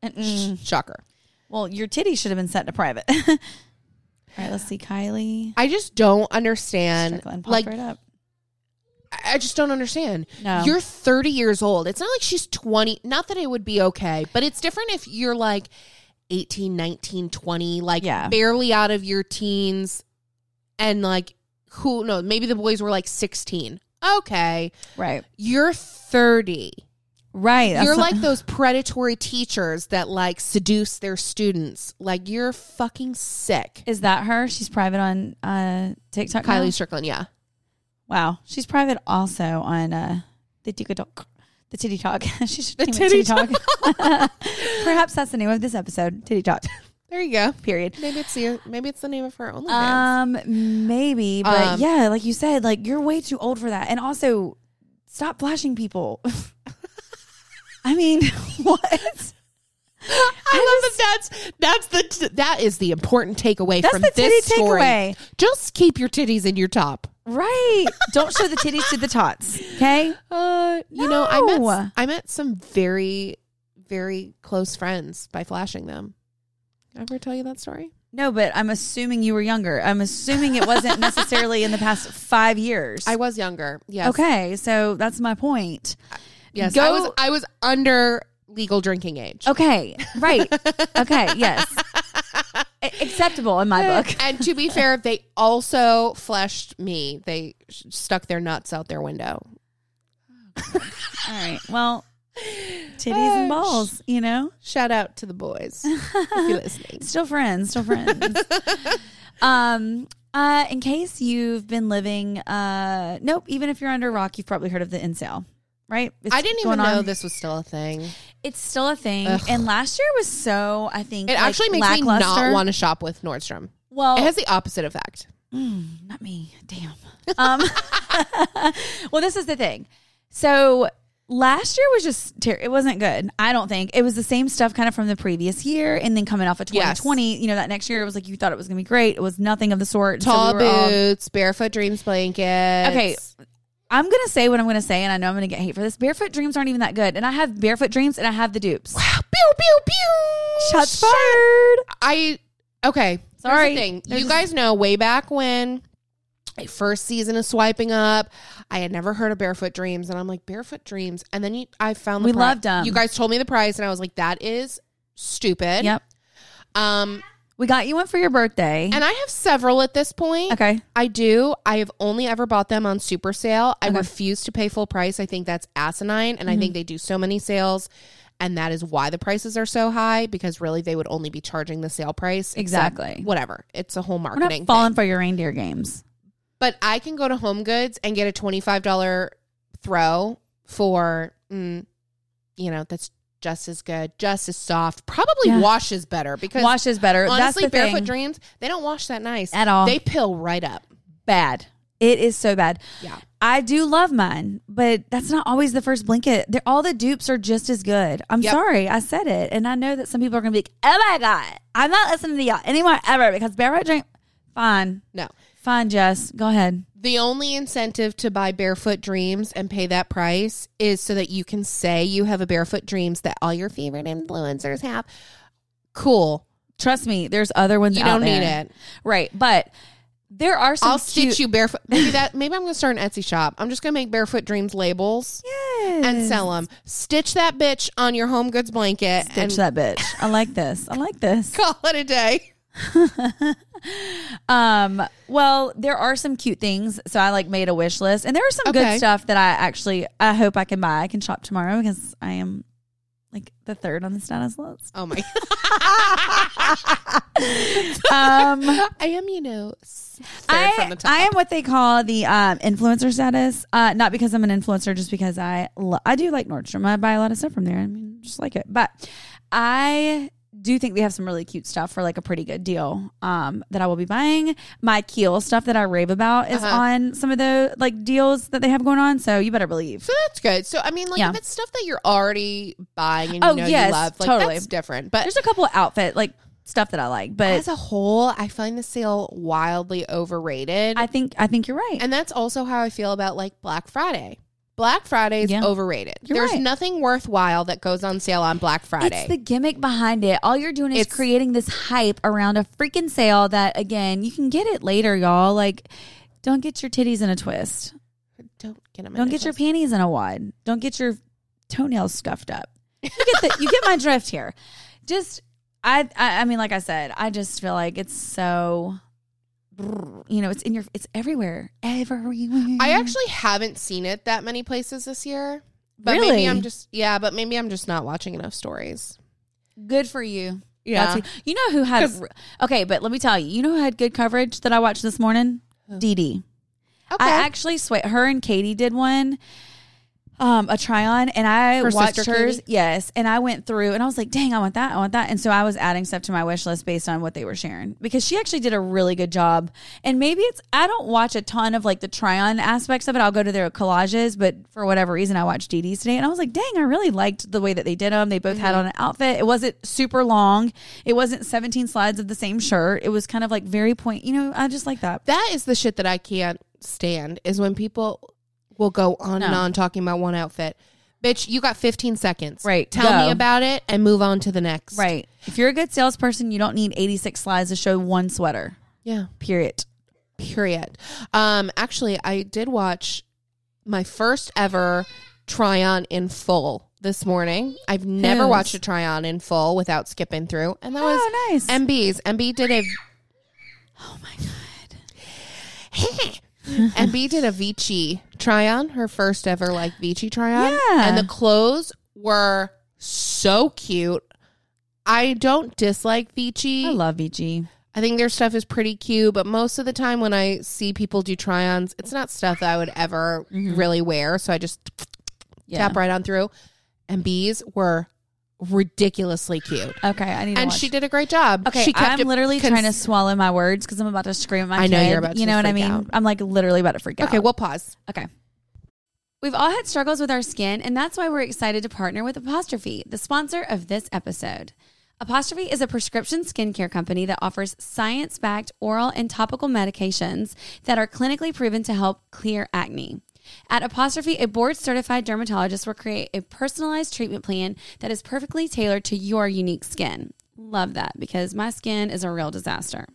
Speaker 2: And, mm,
Speaker 1: Shocker.
Speaker 2: well, your titties should have been set to private. All right, let's see, Kylie.
Speaker 1: I just don't understand.
Speaker 2: Strickland, pop
Speaker 1: Like,
Speaker 2: right up.
Speaker 1: I- I just don't understand.
Speaker 2: No.
Speaker 1: You're thirty years old. It's not like she's twenty. Not that it would be okay, but it's different if you're like 18, 19, 20, like
Speaker 2: Yeah.
Speaker 1: barely out of your teens, and like who knows? Maybe the boys were like sixteen. Okay,
Speaker 2: Right,
Speaker 1: you're thirty.
Speaker 2: right. That's
Speaker 1: you're
Speaker 2: not-
Speaker 1: like those predatory teachers that like seduce their students. Like you're fucking sick.
Speaker 2: is that her? She's private on uh, TikTok. now?
Speaker 1: Kylie Strickland, yeah.
Speaker 2: Wow, she's private also on uh, the TikTok, the Titty Talk. she should
Speaker 1: The
Speaker 2: name it
Speaker 1: Titty
Speaker 2: Titty Talk. Perhaps that's the name of this episode, Titty Talk.
Speaker 1: There you go.
Speaker 2: Period.
Speaker 1: Maybe it's the maybe it's the name of her OnlyFans.
Speaker 2: Um, maybe, but
Speaker 1: Um,
Speaker 2: yeah, like you said, like you're way too old for that, and also stop flashing people. I mean, what?
Speaker 1: I love that. That's that's the that is the important takeaway
Speaker 2: That's
Speaker 1: from
Speaker 2: the
Speaker 1: this
Speaker 2: titty
Speaker 1: story.
Speaker 2: takeaway.
Speaker 1: Just keep your titties in your top.
Speaker 2: Right? Don't show the titties to the tots. Okay.
Speaker 1: Uh, you know, I met
Speaker 2: No.
Speaker 1: s- I met some very very close friends by flashing them. Did I ever tell you that story?
Speaker 2: No, but I'm assuming you were younger. I'm assuming it wasn't necessarily in the past five years.
Speaker 1: I was younger. Yes.
Speaker 2: okay, so that's my point.
Speaker 1: Yes. I
Speaker 2: Go-
Speaker 1: was I was under legal drinking age.
Speaker 2: Okay, right. okay, yes. A- acceptable in my book.
Speaker 1: And to be fair, they also fleshed me. They sh- stuck their nuts out their window.
Speaker 2: All right. Well, titties and balls, you know?
Speaker 1: Shout out to the boys if you're listening.
Speaker 2: Still friends, still friends. um uh, in case you've been living, uh, nope, even if you're under a rock, you've probably heard of the incel, right? It's
Speaker 1: I didn't even
Speaker 2: going
Speaker 1: know
Speaker 2: on.
Speaker 1: this was still a thing. It
Speaker 2: It's still a thing. And last year was so, I think, like,
Speaker 1: actually makes me not
Speaker 2: lackluster. Oh.
Speaker 1: want to shop with Nordstrom.
Speaker 2: Well,
Speaker 1: It has the opposite effect.
Speaker 2: not me. Damn. Um, well, this is the thing. So last year was just ter- it wasn't good. I don't think it was the same stuff kind of from the previous year, and then coming off of
Speaker 1: Yes.
Speaker 2: 2020. You know, that next year it was like you thought it was gonna be great. It was nothing of the sort. So
Speaker 1: Tall
Speaker 2: we were all-
Speaker 1: boots, barefoot dreams blanket.
Speaker 2: Okay. I'm gonna say what I'm gonna say, and I know I'm gonna get hate for this. Barefoot dreams aren't even that good, and I have barefoot dreams, and I have the dupes.
Speaker 1: Pew pew pew.
Speaker 2: Shots fired.
Speaker 1: I okay. Sorry.
Speaker 2: Sorry.
Speaker 1: Thing.
Speaker 2: There's
Speaker 1: you
Speaker 2: a-
Speaker 1: guys know way back when my first season of swiping up, I had never heard of Barefoot Dreams, and I'm like Barefoot Dreams, and then you, I found the
Speaker 2: We
Speaker 1: pri-
Speaker 2: loved 'em.
Speaker 1: You guys told me the price, and I was like, that is stupid.
Speaker 2: Yep.
Speaker 1: Um,
Speaker 2: We got you one for your birthday.
Speaker 1: And I have several at this point.
Speaker 2: okay.
Speaker 1: I do. I have only ever bought them on super sale. I
Speaker 2: Okay. Mm-hmm.
Speaker 1: refuse to pay full price. I think that's asinine. And I think they do so many sales. And that is why the prices are so high because really they would only be charging the sale price. except-
Speaker 2: Exactly.
Speaker 1: Whatever. It's a whole
Speaker 2: We're not
Speaker 1: marketing
Speaker 2: falling
Speaker 1: thing.
Speaker 2: for your reindeer games.
Speaker 1: But I can go to Home Goods and get a $25 throw for, mm, you know, that's just as good, just as soft, probably
Speaker 2: Yeah.
Speaker 1: washes better because
Speaker 2: Wash is better. That's
Speaker 1: honestly,
Speaker 2: the
Speaker 1: Barefoot
Speaker 2: thing.
Speaker 1: Dreams, they don't wash that nice
Speaker 2: At all.
Speaker 1: They pill right up.
Speaker 2: bad. It is so bad.
Speaker 1: Yeah.
Speaker 2: I do love mine, but that's not always the first blanket. They're, all the dupes are just as good. I'm
Speaker 1: Yep.
Speaker 2: sorry, I said it, and I know that some people are going to be like, "Oh my god, I'm not listening to y'all anymore ever," because Barefoot Dream. Fine,
Speaker 1: No.
Speaker 2: fine, Jess, go ahead.
Speaker 1: The only incentive to buy Barefoot Dreams and pay that price is so that you can say you have a Barefoot Dreams that all your favorite influencers have. Cool.
Speaker 2: Trust me, there's other ones.
Speaker 1: You
Speaker 2: out
Speaker 1: don't need
Speaker 2: there.
Speaker 1: it.
Speaker 2: right? But there are some.
Speaker 1: I'll
Speaker 2: cute-
Speaker 1: stitch you barefoot. Maybe that. Maybe I'm gonna start an Etsy shop. I'm just gonna make Barefoot Dreams labels
Speaker 2: Yes.
Speaker 1: and sell them. Stitch that bitch on your home goods blanket and
Speaker 2: Ditch that bitch. I like this. I like this.
Speaker 1: call it a day.
Speaker 2: Um, well, there are some cute things. So I like made a wish list and there are some
Speaker 1: Okay.
Speaker 2: good stuff that I actually, I hope I can buy. I can shop tomorrow because I am like the third on the status list.
Speaker 1: Oh my!
Speaker 2: Um,
Speaker 1: I am, you know, third
Speaker 2: I,
Speaker 1: from the top.
Speaker 2: I am what they call the um, influencer status. Uh, not because I'm an influencer, just because I lo- I do like Nordstrom. I buy a lot of stuff from there. I mean, just like it. But I do think they have some really cute stuff for like a pretty good deal um, that I will be buying. My Keel stuff that I rave about is
Speaker 1: Uh-huh.
Speaker 2: on some of the like deals that they have going on. So you better believe.
Speaker 1: So that's good. So I mean, like
Speaker 2: Yeah.
Speaker 1: if it's stuff that you're already buying and you
Speaker 2: Oh,
Speaker 1: know
Speaker 2: yes,
Speaker 1: you love, like
Speaker 2: totally.
Speaker 1: that's different. But
Speaker 2: There's a couple of outfit like stuff that I like, but
Speaker 1: as a whole, I find the sale wildly overrated.
Speaker 2: I think I think you're right.
Speaker 1: and that's also how I feel about like Black Friday. Black Friday is
Speaker 2: Yeah.
Speaker 1: overrated.
Speaker 2: You're
Speaker 1: There's
Speaker 2: right.
Speaker 1: nothing worthwhile that goes on sale on Black Friday.
Speaker 2: It's the gimmick behind it. All you're doing is
Speaker 1: It's-
Speaker 2: creating this hype around a freaking sale that, again, you can get it later, y'all. Like, don't get your titties in a twist.
Speaker 1: don't get them.
Speaker 2: Don't get your panties in a wad. Don't get your toenails scuffed up. You get the, you get my drift here. Just I, I I mean, like I said, I just feel like it's so. You know, it's in your, it's everywhere, everywhere.
Speaker 1: I actually haven't seen it that many places this year. But
Speaker 2: Really?
Speaker 1: maybe I'm just yeah, but maybe I'm just not watching enough stories.
Speaker 2: good for you.
Speaker 1: Yeah.
Speaker 2: That's- you know who had
Speaker 1: 'Cause-
Speaker 2: okay, but let me tell you, you know who had good coverage that I watched this morning? Dee Dee.
Speaker 1: Okay.
Speaker 2: I actually sweat. Her and Katie did one, um, a try on, and I
Speaker 1: Her
Speaker 2: watched
Speaker 1: sister,
Speaker 2: hers.
Speaker 1: Katie?
Speaker 2: Yes, and I went through, and I was like, "Dang, I want that, I want that," and so I was adding stuff to my wish list based on what they were sharing because she actually did a really good job. And maybe it's I don't watch a ton of like the try on aspects of it. I'll go to their collages, but for whatever reason, I watched Dee Dee's today, and I was like, "Dang, I really liked the way that they did them. They both had
Speaker 1: Mm-hmm.
Speaker 2: on an outfit. It wasn't super long. It wasn't seventeen slides of the same shirt. It was kind of like very point. You know, I just like that.
Speaker 1: That is the shit that I can't stand is when people will go on and
Speaker 2: No.
Speaker 1: on talking about one outfit. Bitch, you got 15 seconds.
Speaker 2: Right,
Speaker 1: Tell
Speaker 2: go.
Speaker 1: me about it and move on to the next.
Speaker 2: Right. If you're a good salesperson, you don't need 86 slides to show one sweater.
Speaker 1: Yeah.
Speaker 2: Period.
Speaker 1: Period. Um actually I did watch my first ever try on in full this morning. I've never
Speaker 2: Whose?
Speaker 1: watched a try on in full without skipping through. And that was
Speaker 2: Oh, nice.
Speaker 1: MB's. MB did a
Speaker 2: Oh my god.
Speaker 1: MB did a Vici try on, her first ever like Vici try on.
Speaker 2: Yeah.
Speaker 1: And the clothes were so cute. I don't dislike Vici.
Speaker 2: I love E VG.
Speaker 1: I think their stuff is pretty cute, but most of the time when I see people do try ons, it's not stuff that I would ever really wear. So I just
Speaker 2: Mm-hmm. Yeah.
Speaker 1: tap right on through. And B's were ridiculously cute.
Speaker 2: Okay, I need to
Speaker 1: And
Speaker 2: watch.
Speaker 1: she did a great job.
Speaker 2: Okay,
Speaker 1: she
Speaker 2: I'm
Speaker 1: it
Speaker 2: literally
Speaker 1: cons-
Speaker 2: trying to swallow my words because I'm about to scream at my
Speaker 1: I know
Speaker 2: kid.
Speaker 1: you're about
Speaker 2: You
Speaker 1: to
Speaker 2: know what I
Speaker 1: freak
Speaker 2: mean?
Speaker 1: out.
Speaker 2: I'm like literally about to freak out.
Speaker 1: Okay, we'll pause.
Speaker 2: Okay. We've all had struggles with our skin, and that's why we're excited to partner with Apostrophe, the sponsor of this episode. Apostrophe is a prescription skincare company that offers science backed oral and topical medications that are clinically proven to help clear acne. At Apostrophe, a board certified dermatologist will create a personalized treatment plan that is perfectly tailored to your unique skin. Love that because my skin is a real disaster.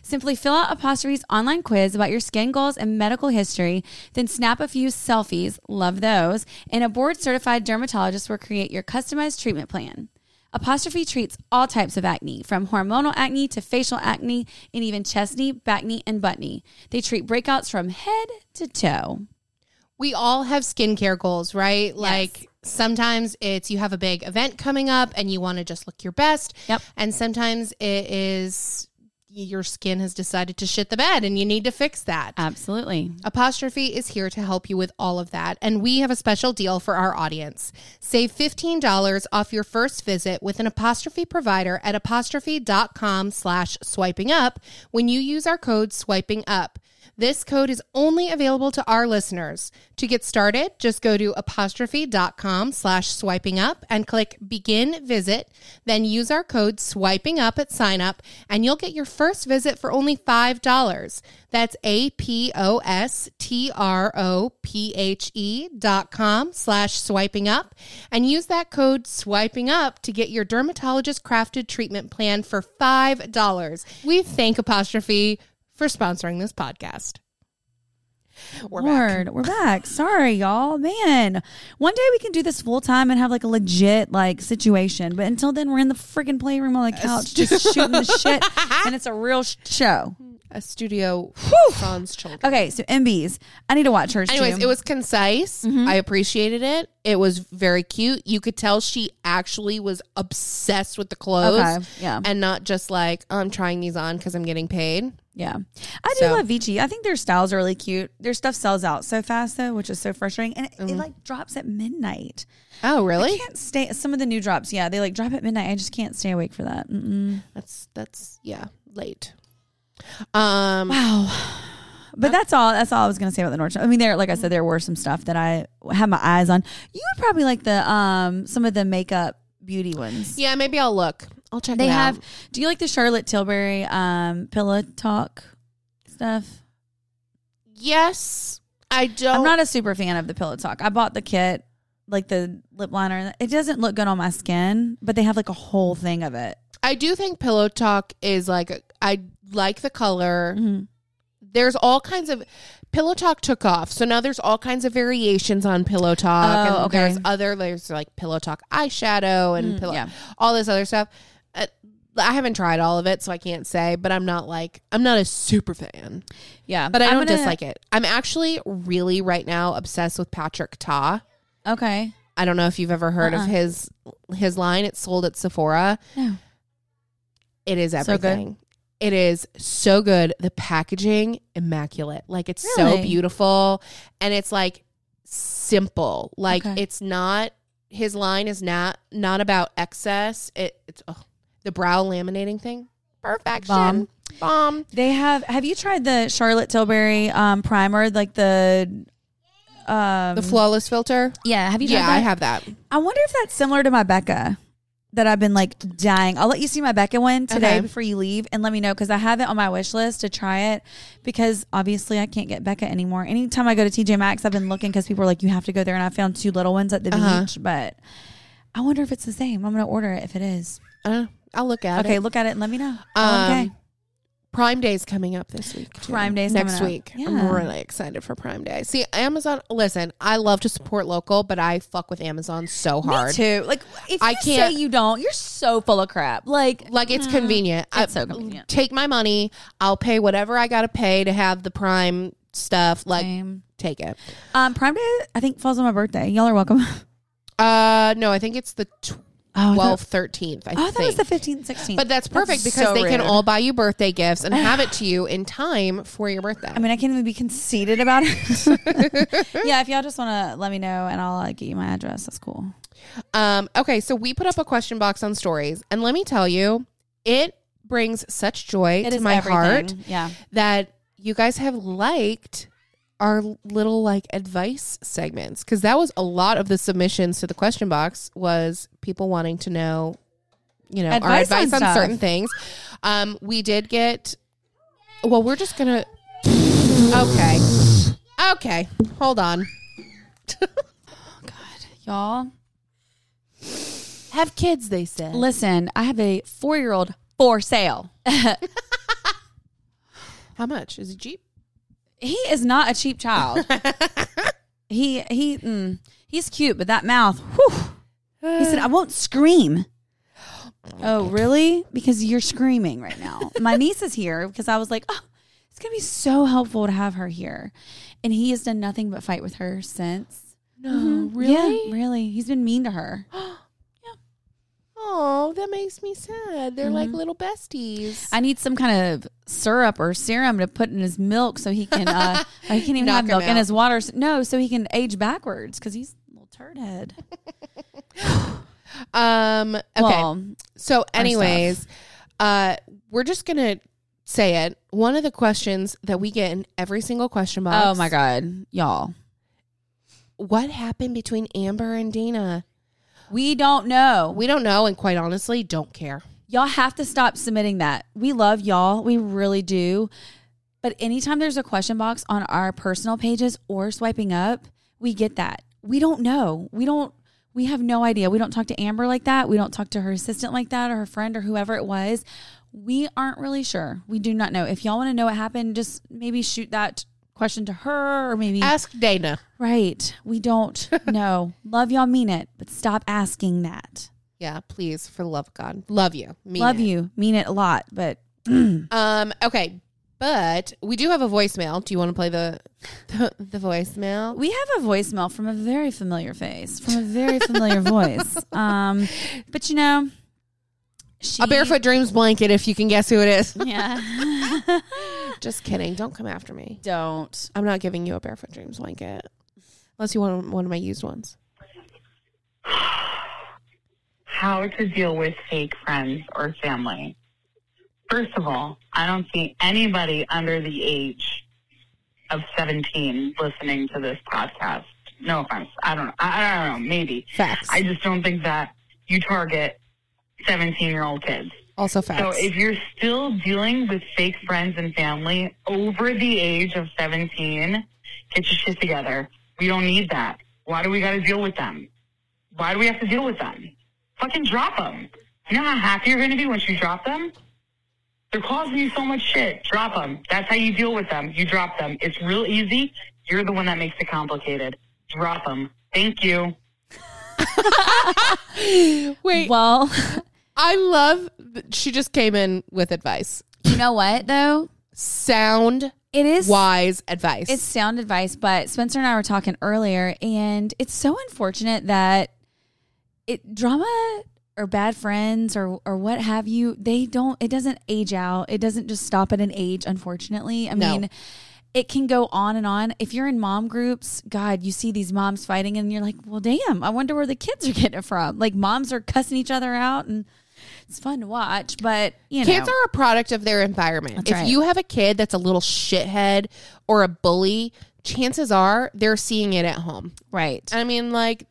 Speaker 2: Simply fill out Apostrophe's online quiz about your skin goals and medical history, then snap a few selfies, love those, and a board certified dermatologist will create your customized treatment plan. Apostrophe treats all types of acne, from hormonal acne to facial acne, and even chest knee, back knee, and butt knee. They treat breakouts from head to toe.
Speaker 1: we all have skincare goals, right? Like sometimes it's you have a big event coming up and you want to just look your best.
Speaker 2: Yep.
Speaker 1: And sometimes it is your skin has decided to shit the bed and you need to fix that.
Speaker 2: Absolutely.
Speaker 1: Apostrophe is here to help you with all of that, and we have a special deal for our audience. Save $15 off your first visit with an apostrophe provider at apostrophe.com slash swiping up when you use our code swiping up. This code is only available to our listeners. To get started, just go to apostrophe.com slash swiping up and click begin visit. Then use our code swiping up at sign up and you'll get your first visit for only $5. That's A P O S T R O P H E dot com slash swiping up and use that code swiping up to get your dermatologist crafted treatment plan for $5. We thank Apostrophe for sponsoring this podcast. We're back.
Speaker 2: Lord, we're back. Sorry, y'all. Man, one day we can do this full time and have like a legit like situation. But until then, we're in the freaking playroom on the couch, just shooting the shit, and it's a real sh- show.
Speaker 1: A studio sans children.
Speaker 2: Okay, so MBs, I need to watch hers.
Speaker 1: Anyways,
Speaker 2: too.
Speaker 1: it was concise.
Speaker 2: Mm-hmm.
Speaker 1: I appreciated it. It was very cute. You could tell she actually was obsessed with the clothes.
Speaker 2: Okay, yeah.
Speaker 1: And not just like, I'm trying these on because I'm getting paid.
Speaker 2: yeah. I do
Speaker 1: So-
Speaker 2: love Vici. I think their styles are really cute. Their stuff sells out so fast though, which is so frustrating, and it, it
Speaker 1: Mm-hmm.
Speaker 2: like drops at midnight.
Speaker 1: Oh, really?
Speaker 2: I can't stay. Some of the new drops, yeah, they like drop at midnight. I just can't stay awake for that. Mm-mm.
Speaker 1: That's that's yeah, late. Um
Speaker 2: But that's all. That's all I was gonna say about the Nordstrom. I mean, there, like I said, there were some stuff that I had my eyes on. You would probably like the um some of the makeup beauty ones.
Speaker 1: yeah, maybe I'll look. I'll check
Speaker 2: they
Speaker 1: it
Speaker 2: have.
Speaker 1: out.
Speaker 2: Do you like the Charlotte Tilbury um pillow talk stuff?
Speaker 1: Yes. I don't
Speaker 2: I'm not a super fan of the pillow talk. I bought the kit, like the lip liner. It doesn't look good on my skin, but they have like a whole thing of it.
Speaker 1: I do think Pillow Talk is like I like the color.
Speaker 2: Mm-hmm.
Speaker 1: There's all kinds of Pillow Talk took off, so now there's all kinds of variations on Pillow Talk.
Speaker 2: Oh,
Speaker 1: and
Speaker 2: okay. Mm,
Speaker 1: There's other there's like Pillow Talk eyeshadow and pillow,
Speaker 2: yeah.
Speaker 1: all this other stuff. Uh, I haven't tried all of it, so I can't say. But I'm not like I'm not a super fan,
Speaker 2: Yeah,
Speaker 1: but I don't dislike it. I'm actually really right now obsessed with Patrick Ta.
Speaker 2: Okay.
Speaker 1: I don't know if you've ever heard
Speaker 2: Uh-uh.
Speaker 1: of his his line. It's sold at Sephora.
Speaker 2: No.
Speaker 1: It is
Speaker 2: So good.
Speaker 1: everything. It is so good. The packaging immaculate. Like it's so
Speaker 2: Really?
Speaker 1: beautiful and it's like simple. Like
Speaker 2: Okay.
Speaker 1: it's not his line is not not about excess. It, it's oh, the brow laminating thing. Perfection.
Speaker 2: Bomb.
Speaker 1: Bomb.
Speaker 2: They have. Have you tried the Charlotte Tilbury um, primer, like the um,
Speaker 1: The flawless filter.
Speaker 2: Yeah, have you tried
Speaker 1: Yeah,
Speaker 2: that?
Speaker 1: I have that.
Speaker 2: I wonder if that's similar to my Becca that I've been like dying. I'll let you see my Becca one today
Speaker 1: Okay.
Speaker 2: before you leave and let me know because I have it on my wish list to try it because obviously I can't get Becca anymore. Anytime I go to TJ Maxx, I've been looking because people are like, you have to go there. And I found two little ones at the
Speaker 1: Uh-huh.
Speaker 2: beach, but I wonder if it's the same. I'm going to order it if it is.
Speaker 1: Uh, I'll look at
Speaker 2: okay,
Speaker 1: it.
Speaker 2: look at it and let me know. Oh,
Speaker 1: Um,
Speaker 2: okay.
Speaker 1: Prime Day's coming up this week. too.
Speaker 2: Prime Day's
Speaker 1: next
Speaker 2: coming up.
Speaker 1: week.
Speaker 2: Yeah.
Speaker 1: I'm really excited for Prime Day. See, Amazon. Listen, I love to support local, but I fuck with Amazon so hard.
Speaker 2: Me too. Like if
Speaker 1: I
Speaker 2: you
Speaker 1: can't-
Speaker 2: say you don't, you're so full of crap. Like
Speaker 1: Like it's convenient.
Speaker 2: It's
Speaker 1: I-
Speaker 2: so convenient.
Speaker 1: Take my money. I'll pay whatever I gotta pay to have the Prime stuff. Like,
Speaker 2: Same.
Speaker 1: take it.
Speaker 2: um, Prime Day, I think falls on my birthday. Y'all are welcome.
Speaker 1: Oh, Uh, no, I think it's the
Speaker 2: Oh,
Speaker 1: twelfth, thirteenth. I,
Speaker 2: I thought, oh, I thought it was
Speaker 1: think.
Speaker 2: the 15th, 16th.
Speaker 1: but that's perfect because
Speaker 2: so
Speaker 1: they can
Speaker 2: rude.
Speaker 1: all buy you birthday gifts and have it to you in time for your birthday.
Speaker 2: I mean, I can't even be conceited about it. yeah, if y'all just want to let me know and I'll uh, get you my address. That's cool.
Speaker 1: Um, okay, so we put up a question box on stories, and let me tell you, it brings such joy
Speaker 2: It
Speaker 1: to
Speaker 2: is
Speaker 1: my heart
Speaker 2: everything. Yeah.
Speaker 1: that you guys have liked our little like advice segments because that was a lot of the submissions to the question box was people wanting to know, you know, our
Speaker 2: Advice on
Speaker 1: advice on,
Speaker 2: stuff.
Speaker 1: certain things. Um, we did get. Well, we're just gonna. Okay. Okay. Hold on.
Speaker 2: Y'all,
Speaker 1: Have kids, they said.
Speaker 2: listen, I have a four year old for sale.
Speaker 1: How much is a Jeep?
Speaker 2: he is not a cheap child. he, he, mm, he's cute, but that mouth, whew. He said, I won't scream. Oh, really? Because you're screaming right now. My niece is here because I was like, oh, it's going to be so helpful to have her here. And he has done nothing but fight with her since.
Speaker 1: No,
Speaker 2: Mhm.
Speaker 1: really?
Speaker 2: Yeah, really. He's been mean to her.
Speaker 1: Oh, that makes me sad. They're like little besties.
Speaker 2: I need some kind of syrup or serum to put in his milk so he can, uh, oh, he can't even
Speaker 1: Knock
Speaker 2: have
Speaker 1: him
Speaker 2: milk in
Speaker 1: out.
Speaker 2: his water. s- No, so he can age backwards because he's a little turd head.
Speaker 1: um, okay.
Speaker 2: Well,
Speaker 1: so, anyways, uh, we're just gonna say it. One of the questions that we get in every single question box.
Speaker 2: oh my God, y'all.
Speaker 1: What happened between Amber and Dana?
Speaker 2: We don't know.
Speaker 1: We don't know, and quite honestly, don't care.
Speaker 2: Y'all have to stop submitting that. We love y'all. We really do. But anytime there's a question box on our personal pages or swiping up, we get that. We don't know. We don't, we have no idea. We don't talk to Amber like that. We don't talk to her assistant like that or her friend or whoever it was. We aren't really sure. We do not know. If y'all want to know what happened, just maybe shoot that question to her or maybe.
Speaker 1: Ask Dana.
Speaker 2: right. We don't know. Love y'all, mean it, but stop asking that.
Speaker 1: Yeah, please, for the love of God, love you, Mean
Speaker 2: love
Speaker 1: it.
Speaker 2: you, mean it a lot, but.
Speaker 1: Um, okay, but we do have a voicemail. Do you want to play the the, the voicemail?
Speaker 2: We have a voicemail from a very familiar face, from a very familiar voice. Um, but you know, she
Speaker 1: A barefoot dreams blanket. If you can guess who it is.
Speaker 2: Yeah,
Speaker 1: Just kidding. Don't come after me.
Speaker 2: don't.
Speaker 1: I'm not giving you a barefoot dreams blanket unless you want one of my used ones.
Speaker 4: how to deal with fake friends or family. First of all, I don't see anybody under the age of 17 listening to this podcast. No offense. I don't know. I, I don't know. Maybe.
Speaker 1: Facts.
Speaker 4: I just don't think that you target 17 year old kids.
Speaker 1: also facts.
Speaker 4: So if you're still dealing with fake friends and family over the age of 17, get your shit together. We don't need that. Why do we got to deal with them? Why do we have to deal with them? Fucking drop them. You know how happy you're going to be once you drop them? They're causing you so much shit. Drop them. That's how you deal with them. You drop them. It's real easy. You're the one that makes it complicated. Drop them. Thank you.
Speaker 1: Wait,
Speaker 2: Well,
Speaker 1: I love. That she just came in with advice.
Speaker 2: you know what though?
Speaker 1: Sound
Speaker 2: It is
Speaker 1: wise advice.
Speaker 2: It's sound advice, but Spencer and I were talking earlier, and it's so unfortunate that it drama or bad friends or or what have you. They don't. It doesn't age out. It doesn't just stop at an age. Unfortunately, I
Speaker 1: No.
Speaker 2: mean. It can go on and on. If you're in mom groups, God, you see these moms fighting, and you're like, "Well, damn, I wonder where the kids are getting it from." Like moms are cussing each other out, and it's fun to watch. But you know,
Speaker 1: Kids are a product of their environment.
Speaker 2: That's
Speaker 1: if
Speaker 2: right.
Speaker 1: you have a kid that's a little shithead or a bully, chances are they're seeing it at home.
Speaker 2: right.
Speaker 1: I mean, like,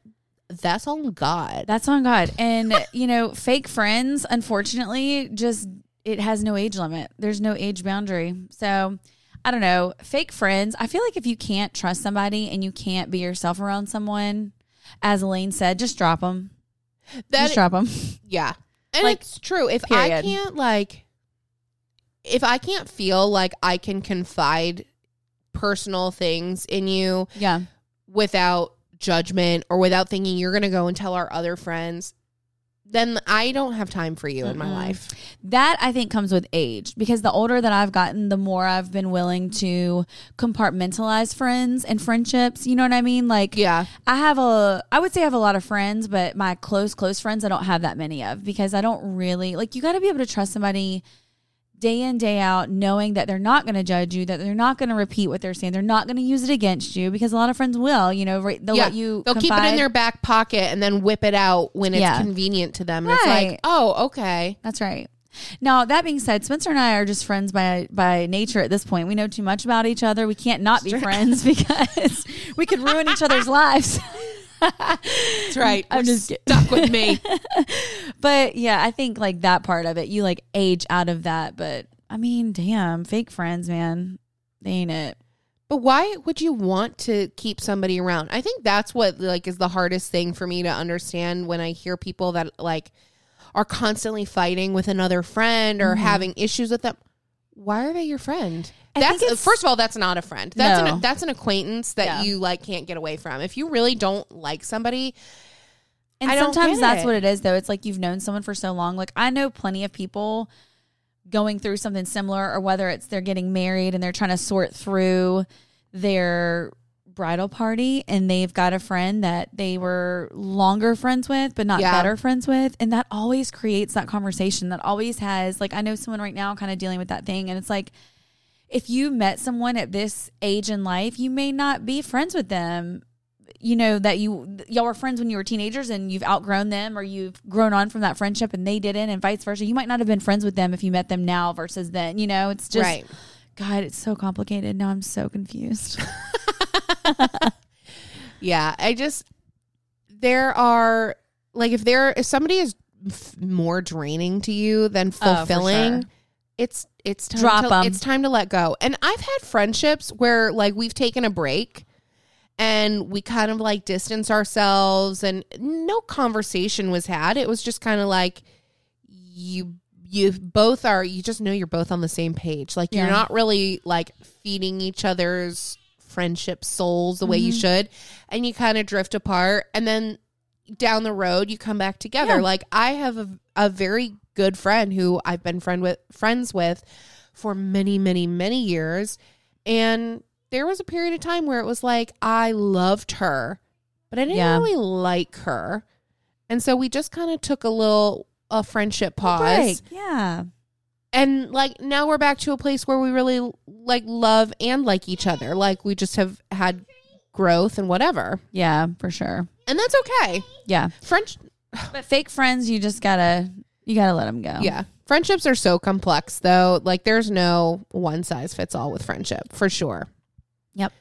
Speaker 1: that's on God.
Speaker 2: That's on God. And, you know, fake friends, unfortunately, just it has no age limit. There's no age boundary. So I don't know. Fake friends, I feel like if you can't trust somebody and you can't be yourself around someone, as Elaine said, just drop them.
Speaker 1: That
Speaker 2: just drop them.
Speaker 1: Yeah. And
Speaker 2: Like,
Speaker 1: it's true. If I
Speaker 2: period.
Speaker 1: can't like if I can't feel like I can confide personal things in you
Speaker 2: yeah.
Speaker 1: without judgment or without thinking you're going to go and tell our other friends, then I don't have time for you in my
Speaker 2: Mm-mm.
Speaker 1: life.
Speaker 2: That I think comes with age because the older that I've gotten, the more I've been willing to compartmentalize friends and friendships. You know what I mean? Like,
Speaker 1: Yeah.
Speaker 2: I have a, I would say I have a lot of friends, but my close, close friends, I don't have that many of because I don't really, like, you got to be able to trust somebody day in, day out, knowing that they're not going to judge you, that they're not going to repeat what they're saying, they're not going to use it against you because a lot of friends will, you know, right, they'll
Speaker 1: yeah.
Speaker 2: let you,
Speaker 1: They'll keep it in
Speaker 2: confide.
Speaker 1: their back pocket and then whip it out when it's
Speaker 2: Yeah.
Speaker 1: convenient to them. And It's like,
Speaker 2: Right.
Speaker 1: "Oh, okay."
Speaker 2: That's right. Now that being said, Spencer and I are just friends by by nature at this point. We know too much about each other. We can't not be friends because we could ruin each other's lives.
Speaker 1: That's right.
Speaker 2: I'm
Speaker 1: We're
Speaker 2: just kidding.
Speaker 1: stuck with me.
Speaker 2: But yeah, I think like that part of it, you like age out of that. But I mean, damn, fake friends, man, they ain't it.
Speaker 1: But why would you want to keep somebody around? I think that's what like is the hardest thing for me to understand when I hear people that like are constantly fighting with another friend or having issues with them. Why are they your friend?
Speaker 2: Mm-hmm. I think
Speaker 1: that's
Speaker 2: it's-
Speaker 1: first of all, that's not a friend. That's
Speaker 2: No.
Speaker 1: an, that's an acquaintance that
Speaker 2: Yeah.
Speaker 1: you like can't get away from. If you really don't like somebody,
Speaker 2: And
Speaker 1: I don't
Speaker 2: sometimes
Speaker 1: get
Speaker 2: that's
Speaker 1: it.
Speaker 2: what it is, though. It's like you've known someone for so long. Like I know plenty of people going through something similar, or whether it's they're getting married and they're trying to sort through their bridal party and they've got a friend that they were longer friends with but not
Speaker 1: Yeah.
Speaker 2: better friends with and that always creates that conversation that always has like I know someone right now kind of dealing with that thing and it's like if you met someone at this age in life, you may not be friends with them. You know that you y'all were friends when you were teenagers and you've outgrown them or you've grown on from that friendship and they didn't and vice versa. You might not have been friends with them if you met them now versus then. You know, it's just
Speaker 1: right.
Speaker 2: God, it's so complicated. Now I'm so confused.
Speaker 1: Yeah, I just there are like if there if somebody is f- more draining to you than
Speaker 2: Oh, for
Speaker 1: fulfilling,
Speaker 2: sure.
Speaker 1: it's it's time
Speaker 2: Drop
Speaker 1: to,
Speaker 2: 'em.
Speaker 1: It's time to let go. And I've had friendships where like we've taken a break and we kind of like distance ourselves and no conversation was had. It was just kind of like you you both are you just know you're both on the same page. Like
Speaker 2: Yeah.
Speaker 1: you're not really like feeding each other's friendship souls the way
Speaker 2: Mm-hmm.
Speaker 1: you should and you kind of drift apart and then down the road you come back together
Speaker 2: Yeah.
Speaker 1: like i have a, a very good friend who i've been friend with friends with for many many many years and there was a period of time where it was like i loved her but i didn't
Speaker 2: Yeah.
Speaker 1: really like her and so we just kind of took a little a friendship pause
Speaker 2: Break. Yeah.
Speaker 1: and like now we're back to a place where we really like love and like each other like we just have had growth and whatever
Speaker 2: Yeah, for sure.
Speaker 1: and that's okay
Speaker 2: Yeah.
Speaker 1: french
Speaker 2: But fake friends, you just gotta you gotta let them go.
Speaker 1: yeah friendships are so complex though like there's no one size fits all with friendship for sure
Speaker 2: Yep.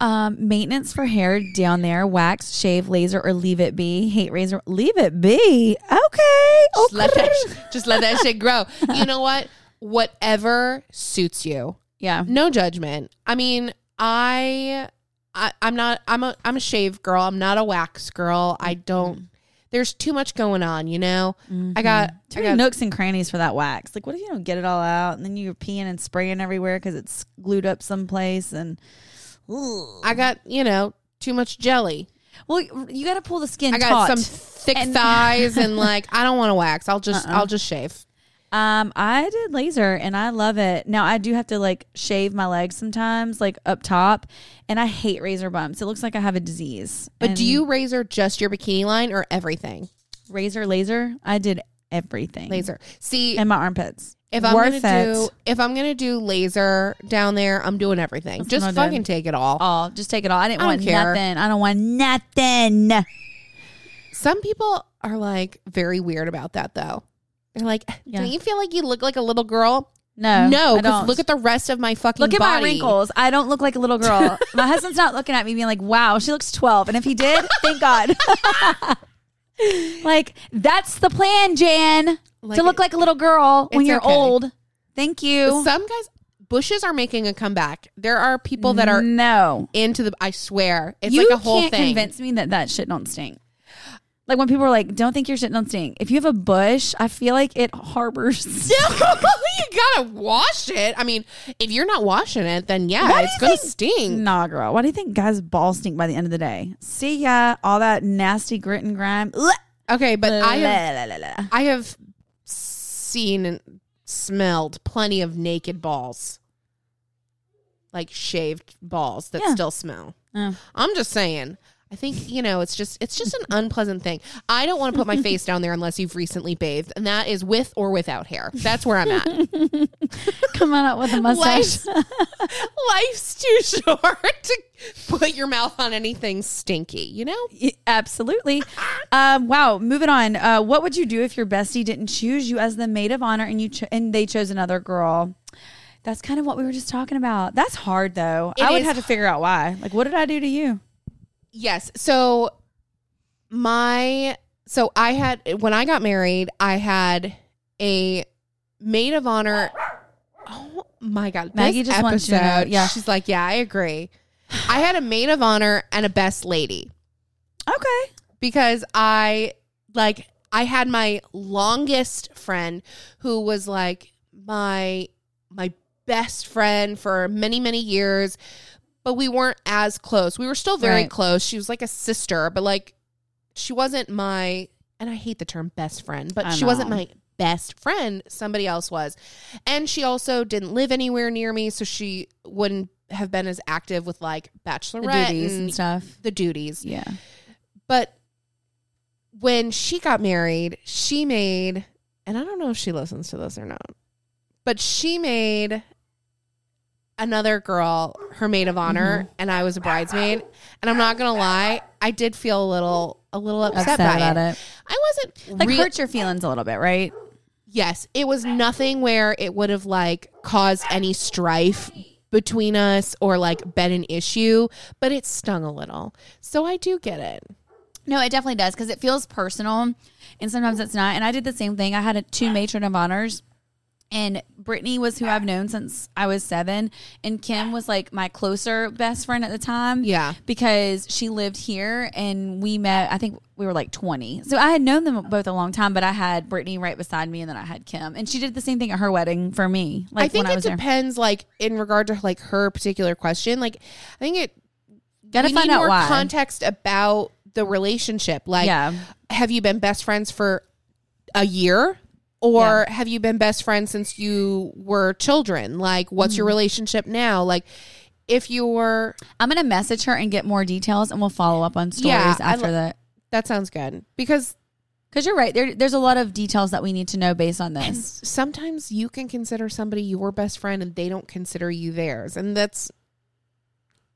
Speaker 2: Um, maintenance for hair down there: wax, shave, laser, or leave it be. Hate razor, leave it be. Okay.
Speaker 1: just let
Speaker 2: okay.
Speaker 1: that, sh- just let that shit grow you know what whatever suits you
Speaker 2: Yeah.
Speaker 1: no judgment i mean i, I i'm not i'm a i'm a shave girl i'm not a wax girl i
Speaker 2: Mm-hmm.
Speaker 1: don't there's too much going on you know i got
Speaker 2: Too
Speaker 1: I
Speaker 2: many
Speaker 1: got
Speaker 2: nooks and crannies for that wax. Like, what if you don't get it all out, and then you're peeing and spraying everywhere because it's glued up someplace? And Ugh.
Speaker 1: I got you know too much jelly.
Speaker 2: well, you got to pull the skin.
Speaker 1: I got
Speaker 2: taut.
Speaker 1: some thick
Speaker 2: And-
Speaker 1: thighs and like I don't want to wax. I'll just
Speaker 2: Uh-uh.
Speaker 1: I'll just shave.
Speaker 2: Um, I did laser and I love it. Now I do have to like shave my legs sometimes, like up top, and I hate razor bumps. It looks like I have a disease.
Speaker 1: But
Speaker 2: And
Speaker 1: do you razor just your bikini line or everything?
Speaker 2: razor laser? I did everything.
Speaker 1: Laser. See
Speaker 2: and my armpits.
Speaker 1: if I'm
Speaker 2: Worth
Speaker 1: gonna
Speaker 2: it.
Speaker 1: do if I'm gonna do laser down there, I'm doing everything.
Speaker 2: what I
Speaker 1: just
Speaker 2: did.
Speaker 1: fucking take it all.
Speaker 2: all, just take it all. I didn't
Speaker 1: I don't
Speaker 2: want
Speaker 1: care.
Speaker 2: nothing. I don't want nothing.
Speaker 1: Some people are like very weird about that though. They're like,
Speaker 2: Yeah.
Speaker 1: don't you feel like you look like a little girl?
Speaker 2: No,
Speaker 1: no,
Speaker 2: I
Speaker 1: because
Speaker 2: don't.
Speaker 1: look at the rest of my fucking
Speaker 2: Look at my
Speaker 1: body.
Speaker 2: wrinkles. I don't look like a little girl. my husband's not looking at me being like, "Wow, she looks 12." And if he did, thank God. like that's the plan, Jan,
Speaker 1: Like-
Speaker 2: to look like a little girl when
Speaker 1: It's
Speaker 2: you're
Speaker 1: okay.
Speaker 2: old. Thank you.
Speaker 1: Some guys bushes are making a comeback. There are people that are
Speaker 2: no.
Speaker 1: into the. I swear, it's
Speaker 2: you
Speaker 1: like a whole
Speaker 2: can't
Speaker 1: thing.
Speaker 2: convince me that that shit don't stink. Like when people are like, "Don't think your shit don't stink." If you have a bush, I feel like it harbors.
Speaker 1: you gotta wash it. I mean, if you're not washing it, then yeah,
Speaker 2: do
Speaker 1: it's
Speaker 2: you
Speaker 1: gonna
Speaker 2: think-
Speaker 1: sting.
Speaker 2: Nah, girl. Why do you think guys' balls stink by the end of the day? See ya. All that nasty grit and grime. Ugh.
Speaker 1: Okay, but I have,
Speaker 2: La, la, la, la.
Speaker 1: I have seen and smelled plenty of naked balls, like shaved balls that
Speaker 2: Yeah.
Speaker 1: still smell.
Speaker 2: Oh.
Speaker 1: I'm just saying. I think you know it's just it's just an unpleasant thing. I don't want to put my face down there unless you've recently bathed, and that is with or without hair. That's where I'm at.
Speaker 2: Come on up with a mustache.
Speaker 1: Life's too short to put your mouth on anything stinky, you know?
Speaker 2: Yeah, Absolutely. Um, wow. Moving on. Uh, what would you do if your bestie didn't choose you as the maid of honor and you cho- and they chose another girl? That's kind of what we were just talking about. That's hard though.
Speaker 1: It
Speaker 2: I would
Speaker 1: is
Speaker 2: have to figure out why. Like, what did I do to you?
Speaker 1: Yes. So my so I had when I got married, I had a maid of honor. Oh my god.
Speaker 2: Maggie just wants you to know, yeah.
Speaker 1: She's like, "Yeah, I agree." I had a maid of honor and a best lady
Speaker 2: Okay.
Speaker 1: because I like I had my longest friend who was like my my best friend for many many years but we weren't as close. We were still very
Speaker 2: Right.
Speaker 1: close. She was like a sister, but like she wasn't my and I hate the term best friend, but
Speaker 2: I
Speaker 1: she wasn't
Speaker 2: know.
Speaker 1: my best friend. Somebody else was. And she also didn't live anywhere near me, so she wouldn't have been as active with like
Speaker 2: the
Speaker 1: bachelorette
Speaker 2: duties
Speaker 1: and
Speaker 2: and stuff.
Speaker 1: the duties.
Speaker 2: Yeah.
Speaker 1: But when she got married, she made, and I don't know if she listens to this or not, but she made another girl her maid of honor, and I was a bridesmaid. And I'm not gonna lie, I did feel a little, a little upset,
Speaker 2: Upset
Speaker 1: by
Speaker 2: about
Speaker 1: it.
Speaker 2: it.
Speaker 1: I wasn't
Speaker 2: Like
Speaker 1: real-
Speaker 2: hurt your feelings a little bit, right?
Speaker 1: Yes, it was nothing where it would have like caused any strife between us or like been an issue, but it stung a little. So I do get it.
Speaker 2: No, it definitely does because it feels personal, and sometimes it's not. And I did the same thing. I had a, two matron of honors, and Brittany was who I've known since I was seven, and Kim was like my closer best friend at the time.
Speaker 1: Yeah.
Speaker 2: because she lived here, and we met. I think we were like twenty, so I had known them both a long time. But I had Brittany right beside me, and then I had Kim, and she did the same thing at her wedding for me. Like
Speaker 1: I think
Speaker 2: when I
Speaker 1: it
Speaker 2: was there,
Speaker 1: depends, like in regard to like her particular question. Like, I think it
Speaker 2: gotta
Speaker 1: we
Speaker 2: find
Speaker 1: need
Speaker 2: out
Speaker 1: more
Speaker 2: why.
Speaker 1: context about the relationship. Like,
Speaker 2: Yeah.
Speaker 1: have you been best friends for a year, or have you been best friends since you were children? Like, what's
Speaker 2: Mm.
Speaker 1: your relationship now? Like, if you're
Speaker 2: I'm gonna message her and get more details, and we'll follow up on stories
Speaker 1: Yeah, I
Speaker 2: after
Speaker 1: lo-
Speaker 2: that.
Speaker 1: that sounds good because
Speaker 2: Because you're right. There, there's a lot of details that we need to know based on this.
Speaker 1: sometimes you can consider somebody your best friend and they don't consider you theirs. And that's,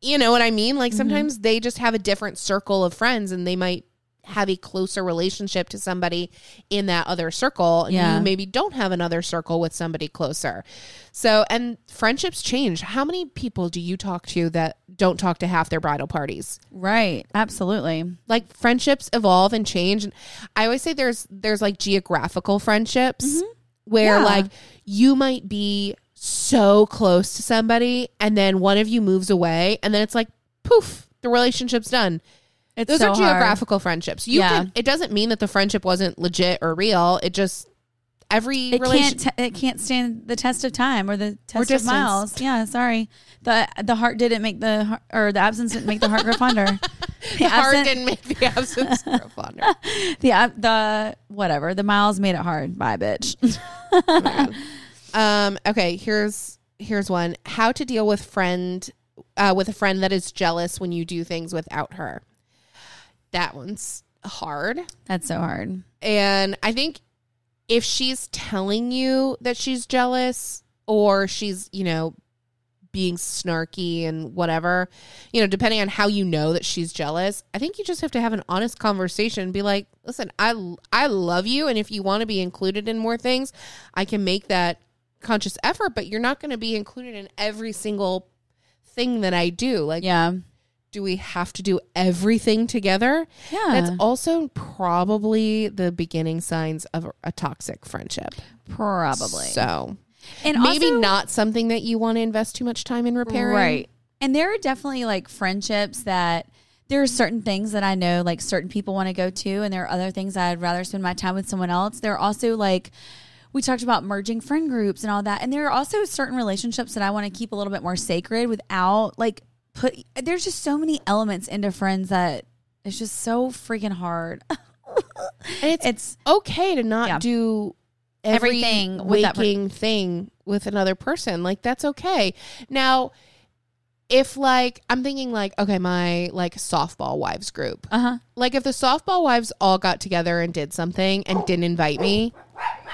Speaker 1: you know what I mean? Like sometimes they just have a different circle of friends and they might have a closer relationship to somebody in that other circle. And
Speaker 2: Yeah.
Speaker 1: you maybe don't have another circle with somebody closer. So, and friendships change. How many people do you talk to that don't talk to half their bridal parties?
Speaker 2: Right. Absolutely.
Speaker 1: like friendships evolve and change and i always say there's there's like geographical friendships where
Speaker 2: Mm-hmm. Yeah.
Speaker 1: like you might be so close to somebody and then one of you moves away and then it's like poof the relationship's done
Speaker 2: It's
Speaker 1: those
Speaker 2: so
Speaker 1: are
Speaker 2: hard.
Speaker 1: geographical friendships you
Speaker 2: Yeah.
Speaker 1: can it doesn't mean that the friendship wasn't legit or real it just every
Speaker 2: It
Speaker 1: relationship
Speaker 2: can't. T- it can't stand the test of time or the test of
Speaker 1: distance.
Speaker 2: miles. Yeah. Sorry. the The heart didn't make the har- or the absence didn't make the heart grow fonder. The
Speaker 1: hard
Speaker 2: absent-
Speaker 1: didn't make the absence grow fonder
Speaker 2: The ab- the whatever. The miles made it hard. Bye, bitch.
Speaker 1: Um, okay, here's here's one. How to deal with friend uh, with a friend that is jealous when you do things without her. That one's hard.
Speaker 2: That's so hard.
Speaker 1: And I think if she's telling you that she's jealous or she's, you know, being snarky and whatever, you know, depending on how you know that she's jealous, I think you just have to have an honest conversation and be like, "Listen, I I love you and if you want to be included in more things, I can make that conscious effort, but you're not going to be included in every single thing that I do. Like,
Speaker 2: Yeah.
Speaker 1: do we have to do everything together?
Speaker 2: Yeah.
Speaker 1: That's also probably the beginning signs of a toxic friendship.
Speaker 2: probably.
Speaker 1: So
Speaker 2: and
Speaker 1: maybe
Speaker 2: also-
Speaker 1: not something that you want to invest too much time in repairing.
Speaker 2: Right. And there are definitely like friendships that there are certain things that I know like certain people want to go to, and there are other things that I'd rather spend my time with someone else. There are also like, we talked about merging friend groups and all that. And there are also certain relationships that I want to keep a little bit more sacred without like put, there's just so many elements into friends that it's just so freaking hard.
Speaker 1: And it's,
Speaker 2: It's,
Speaker 1: okay to not
Speaker 2: Yeah.
Speaker 1: do every
Speaker 2: Everything with that per-
Speaker 1: waking thing with another person. Like that's okay. Now, if like I'm thinking like okay, my like softball wives group.
Speaker 2: uh huh.
Speaker 1: Like if the softball wives all got together and did something and didn't invite me,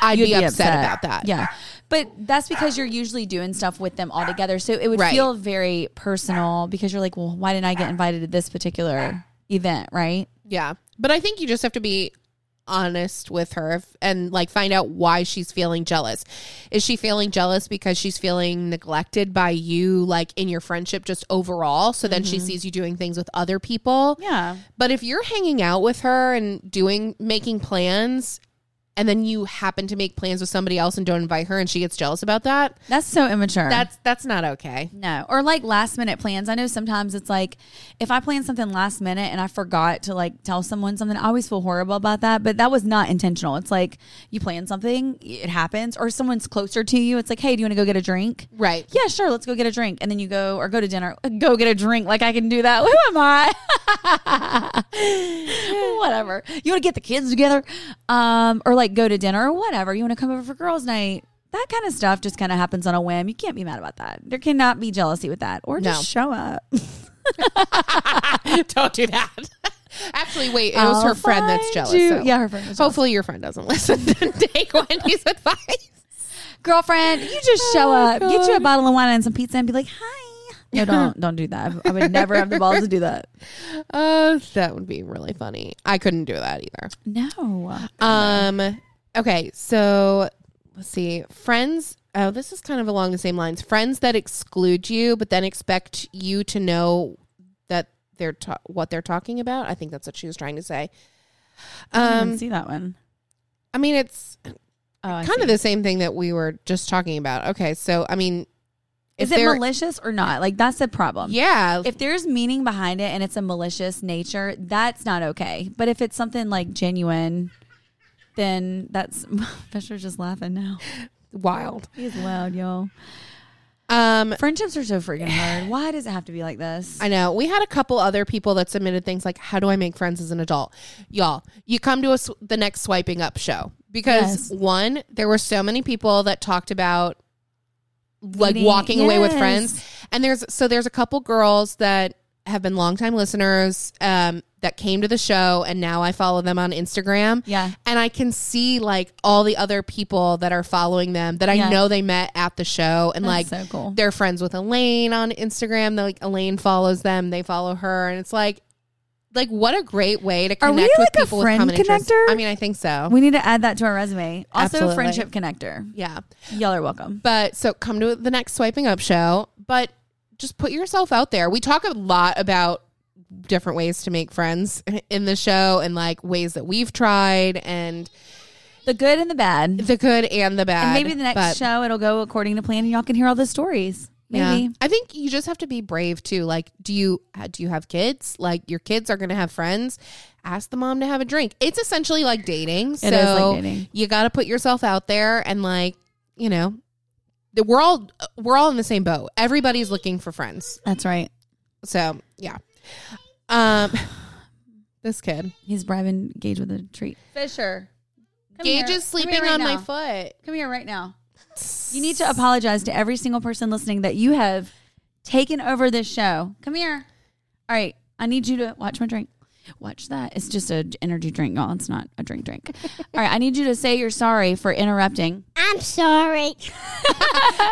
Speaker 1: I'd be, upset, about that.
Speaker 2: Yeah. But that's because you're usually doing stuff with them all together. So it would
Speaker 1: Right.
Speaker 2: feel very personal because you're like, well, why didn't I get invited to this particular event? Right.
Speaker 1: Yeah. But I think you just have to be honest with her if- and like find out why she's feeling jealous. Is she feeling jealous because she's feeling neglected by you like in your friendship just overall? So then she sees you doing things with other people.
Speaker 2: Yeah.
Speaker 1: But if you're hanging out with her and doing making plans and then you happen to make plans with somebody else and don't invite her and she gets jealous about that,
Speaker 2: That's so immature.
Speaker 1: that's that's not okay.
Speaker 2: No, or like last minute plans. I know sometimes it's like if I plan something last minute and I forgot to like tell someone something, I always feel horrible about that. But that was not intentional. It's like you plan something, it happens, or someone's closer to you. It's like, hey, do you want to go get a drink?
Speaker 1: Right.
Speaker 2: Yeah, sure, let's go get a drink. And then you go or go to dinner, go get a drink. Like I can do that. Who am I? whatever. You want to get the kids together, um, or like go to dinner or whatever. You want to come over for girls' night. That kind of stuff just kind of happens on a whim. You can't be mad about that. There cannot be jealousy with that, or just show up.
Speaker 1: don't do that. Actually, wait, it was
Speaker 2: I'll
Speaker 1: her friend that's
Speaker 2: find
Speaker 1: jealous.
Speaker 2: you.
Speaker 1: so-
Speaker 2: Yeah, her friend was jealous.
Speaker 1: Hopefully, your friend doesn't listen to take Wendy's advice.
Speaker 2: Girlfriend, you just show
Speaker 1: Oh,
Speaker 2: up, get you a
Speaker 1: God.
Speaker 2: bottle of wine and some pizza, and be like, "Hi." No, don't don't do that. I would never have the balls to do that.
Speaker 1: Uh, that would be really funny. I couldn't do that either.
Speaker 2: No.
Speaker 1: Um, okay, so let's see. Friends. Oh, this is kind of along the same lines. Friends that exclude you, but then expect you to know that they're ta- what they're talking about. I think that's what she was trying to say.
Speaker 2: I didn't
Speaker 1: Um,
Speaker 2: see that one.
Speaker 1: I mean, it's
Speaker 2: Oh, I
Speaker 1: kind
Speaker 2: see.
Speaker 1: of the same thing that we were just talking about. Okay, so I mean,
Speaker 2: is
Speaker 1: if
Speaker 2: it
Speaker 1: they're-
Speaker 2: malicious or not? Like that's the problem.
Speaker 1: Yeah,
Speaker 2: If there's meaning behind it and it's a malicious nature, that's not okay. But if it's something like genuine, then that's Fisher's just laughing now.
Speaker 1: wild.
Speaker 2: He's loud, y'all.
Speaker 1: Um,
Speaker 2: Friendships are so freaking hard. Why does it have to be like this?
Speaker 1: I know we had a couple other people that submitted things like, "How do I make friends as an adult?" Y'all, you come to us the next swiping up show because
Speaker 2: Yes.
Speaker 1: one, there were so many people that talked about like
Speaker 2: Meeting-
Speaker 1: walking away with
Speaker 2: Yes.
Speaker 1: friends, and there's so there's a couple girls that have been longtime listeners um, that came to the show, and now I follow them on Instagram.
Speaker 2: Yeah.
Speaker 1: and I can see like all the other people that are following them that I
Speaker 2: Yeah.
Speaker 1: know they met at the show, and
Speaker 2: That's
Speaker 1: like
Speaker 2: so cool.
Speaker 1: they're friends with Elaine on Instagram. They're, like Elaine follows them, they follow her, and it's like, like what a great way to
Speaker 2: Are
Speaker 1: connect
Speaker 2: we
Speaker 1: with
Speaker 2: like a
Speaker 1: people with
Speaker 2: friend
Speaker 1: common interests.
Speaker 2: connector?
Speaker 1: I mean, I think so.
Speaker 2: we need to add that to our resume. Also,
Speaker 1: Absolutely.
Speaker 2: friendship connector.
Speaker 1: yeah,
Speaker 2: Y'all are welcome.
Speaker 1: but so come to the next swiping up show. But just put yourself out there. We talk a lot about different ways to make friends in the show and like ways that we've tried and
Speaker 2: The good and the bad.
Speaker 1: the good and the bad.
Speaker 2: and maybe the next
Speaker 1: But-
Speaker 2: show it'll go according to plan, and y'all can hear all the stories. Maybe.
Speaker 1: I think you just have to be brave too. Like, do you uh, do you have kids? Like, your kids are going to have friends. Ask the mom to have a drink. It's essentially like dating. so
Speaker 2: is like dating.
Speaker 1: you got to put yourself out there and like, you know, the, we're all we're all in the same boat. Everybody's looking for friends.
Speaker 2: That's right.
Speaker 1: So yeah. Um, this kid
Speaker 2: He's bribing Gage with a treat. Fisher.
Speaker 1: Gage is sleeping on my foot.
Speaker 2: Come here right now. You need to apologize to every single person listening that you have taken over this show. Come here. All right. I need you to watch my drink. Watch that. It's just an energy drink, y'all. It's not a drink drink. All right. I need you to say you're sorry for interrupting.
Speaker 5: I'm sorry.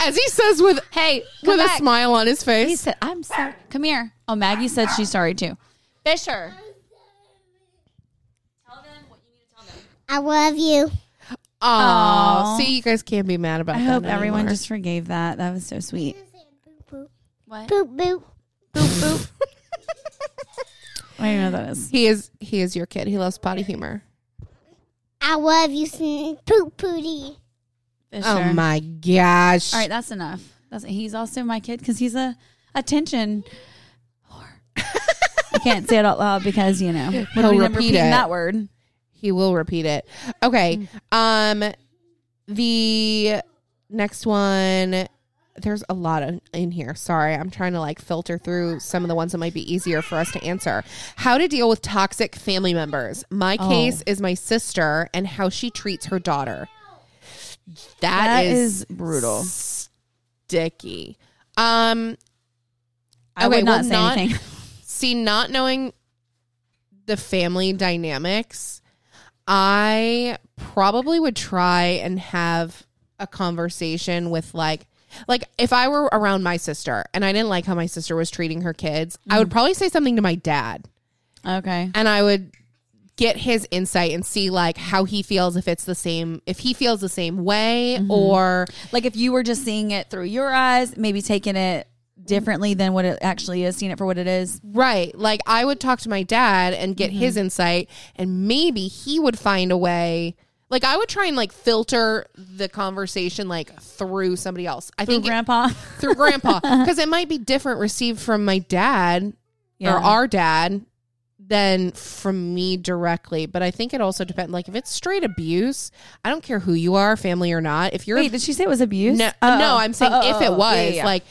Speaker 1: As he says with
Speaker 2: Hey, come
Speaker 1: with a
Speaker 2: back.
Speaker 1: smile on his
Speaker 2: He
Speaker 1: face.
Speaker 2: said, I'm sorry. Come here. Oh, Maggie said she's sorry too. Fisher.
Speaker 5: I love you.
Speaker 1: Oh, see, you guys can't be mad about.
Speaker 2: I
Speaker 1: that
Speaker 2: hope everyone
Speaker 1: anymore.
Speaker 2: just forgave that. That was so sweet.
Speaker 5: Boop
Speaker 2: What?
Speaker 5: boop. Boop
Speaker 1: boop boop.
Speaker 2: I don't even know what that is.
Speaker 1: He is he is your kid. He loves potty humor.
Speaker 5: I love you, sn- poop pooty.
Speaker 2: Fisher.
Speaker 1: Oh my gosh.
Speaker 2: All right, that's enough. That's he's also my kid because he's a attention whore. I can't say it out loud because you know what
Speaker 1: He'll
Speaker 2: are we
Speaker 1: repeat
Speaker 2: repeating
Speaker 1: it.
Speaker 2: that word.
Speaker 1: He will repeat it. Okay.
Speaker 2: Mm.
Speaker 1: Um the next one there's a lot of, in here. Sorry. I'm trying to like filter through some of the ones that might be easier for us to answer. How to deal with toxic family members. My
Speaker 2: Oh.
Speaker 1: case is my sister and how she treats her daughter.
Speaker 2: That
Speaker 1: is,
Speaker 2: is brutal.
Speaker 1: Sticky. Um
Speaker 2: I
Speaker 1: Okay,
Speaker 2: would not
Speaker 1: well,
Speaker 2: say
Speaker 1: not-
Speaker 2: anything.
Speaker 1: see not knowing the family dynamics i probably would try and have a conversation with like like if i were around my sister and i didn't like how my sister was treating her kids i would probably say something to my dad
Speaker 2: okay,
Speaker 1: and i would get his insight and see like how he feels if it's the same if he feels the same way or
Speaker 2: like if you were just seeing it through your eyes, maybe taking it differently than what it actually is, seeing it for what it is.
Speaker 1: Right. Like
Speaker 2: Mm-hmm.
Speaker 1: I would talk to my dad and get his insight and maybe he would find a way Like I would try and like filter the conversation like through somebody else. I
Speaker 2: Through
Speaker 1: think
Speaker 2: grandpa.
Speaker 1: through grandpa because it might be different received from my dad
Speaker 2: Yeah.
Speaker 1: or our dad than from me directly. But I think it also depends. Like if it's straight abuse, I don't care who you are, family or not. If you're
Speaker 2: Wait, did she say it was abuse?
Speaker 1: no,
Speaker 2: Oh,
Speaker 1: no,
Speaker 2: oh.
Speaker 1: I'm saying
Speaker 2: Oh, oh,
Speaker 1: if it
Speaker 2: oh.
Speaker 1: was
Speaker 2: Yeah, yeah, yeah.
Speaker 1: like,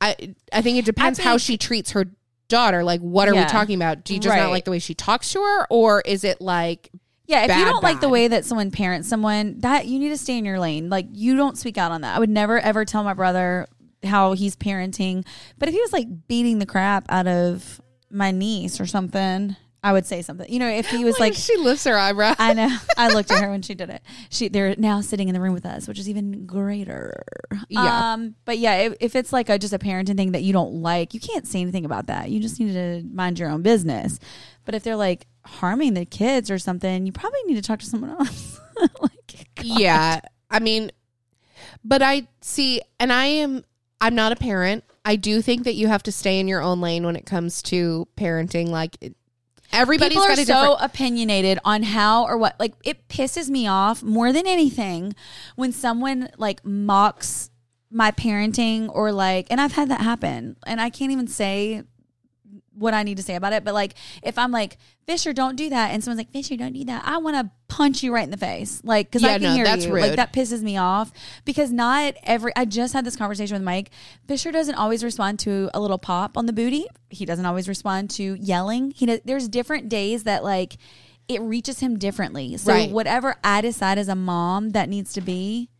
Speaker 1: I I think it depends how
Speaker 2: think-
Speaker 1: she treats her daughter. Like, what are
Speaker 2: Yeah.
Speaker 1: we talking about? Do you just
Speaker 2: Right.
Speaker 1: not like the way she talks to her, or is it like
Speaker 2: Yeah, if you
Speaker 1: bad,
Speaker 2: don't like the
Speaker 1: bad.
Speaker 2: way that someone parents someone, that you need to stay in your lane. Like you don't speak out on that. I would never ever tell my brother how he's parenting. But if he was like beating the crap out of my niece or something, I would say something. You know, if he was like
Speaker 1: she lifts her eyebrow?
Speaker 2: I know. I looked at her when she did it. She they're now sitting in the room with us, which is even greater.
Speaker 1: Yeah.
Speaker 2: Um, but yeah, if, if it's like a just a parenting thing that you don't like, you can't say anything about that. You just need to mind your own business. But if they're like harming the kids or something, you probably need to talk to someone else. like God.
Speaker 1: yeah, I mean, but I see, and I am I'm not a parent. I do think that you have to stay in your own lane when it comes to parenting. Like it- everybody's
Speaker 2: People are
Speaker 1: got
Speaker 2: so
Speaker 1: a different.
Speaker 2: opinionated on how or what. Like it pisses me off more than anything when someone like mocks my parenting or like, and I've had that happen, and I can't even say what I need to say about it. But like, if I'm like Fisher, don't do that, and someone's like Fisher, don't do that, I want to punch you right in the face, like because I
Speaker 1: Yeah,
Speaker 2: can
Speaker 1: no,
Speaker 2: hear
Speaker 1: that's
Speaker 2: you.
Speaker 1: rude.
Speaker 2: Like that pisses me off because not every. I just had this conversation with Mike. Fisher doesn't always respond to a little pop on the booty. He doesn't always respond to yelling. He does, there's different days that like it reaches him differently. So
Speaker 1: Right.
Speaker 2: whatever I decide as a mom that needs to be.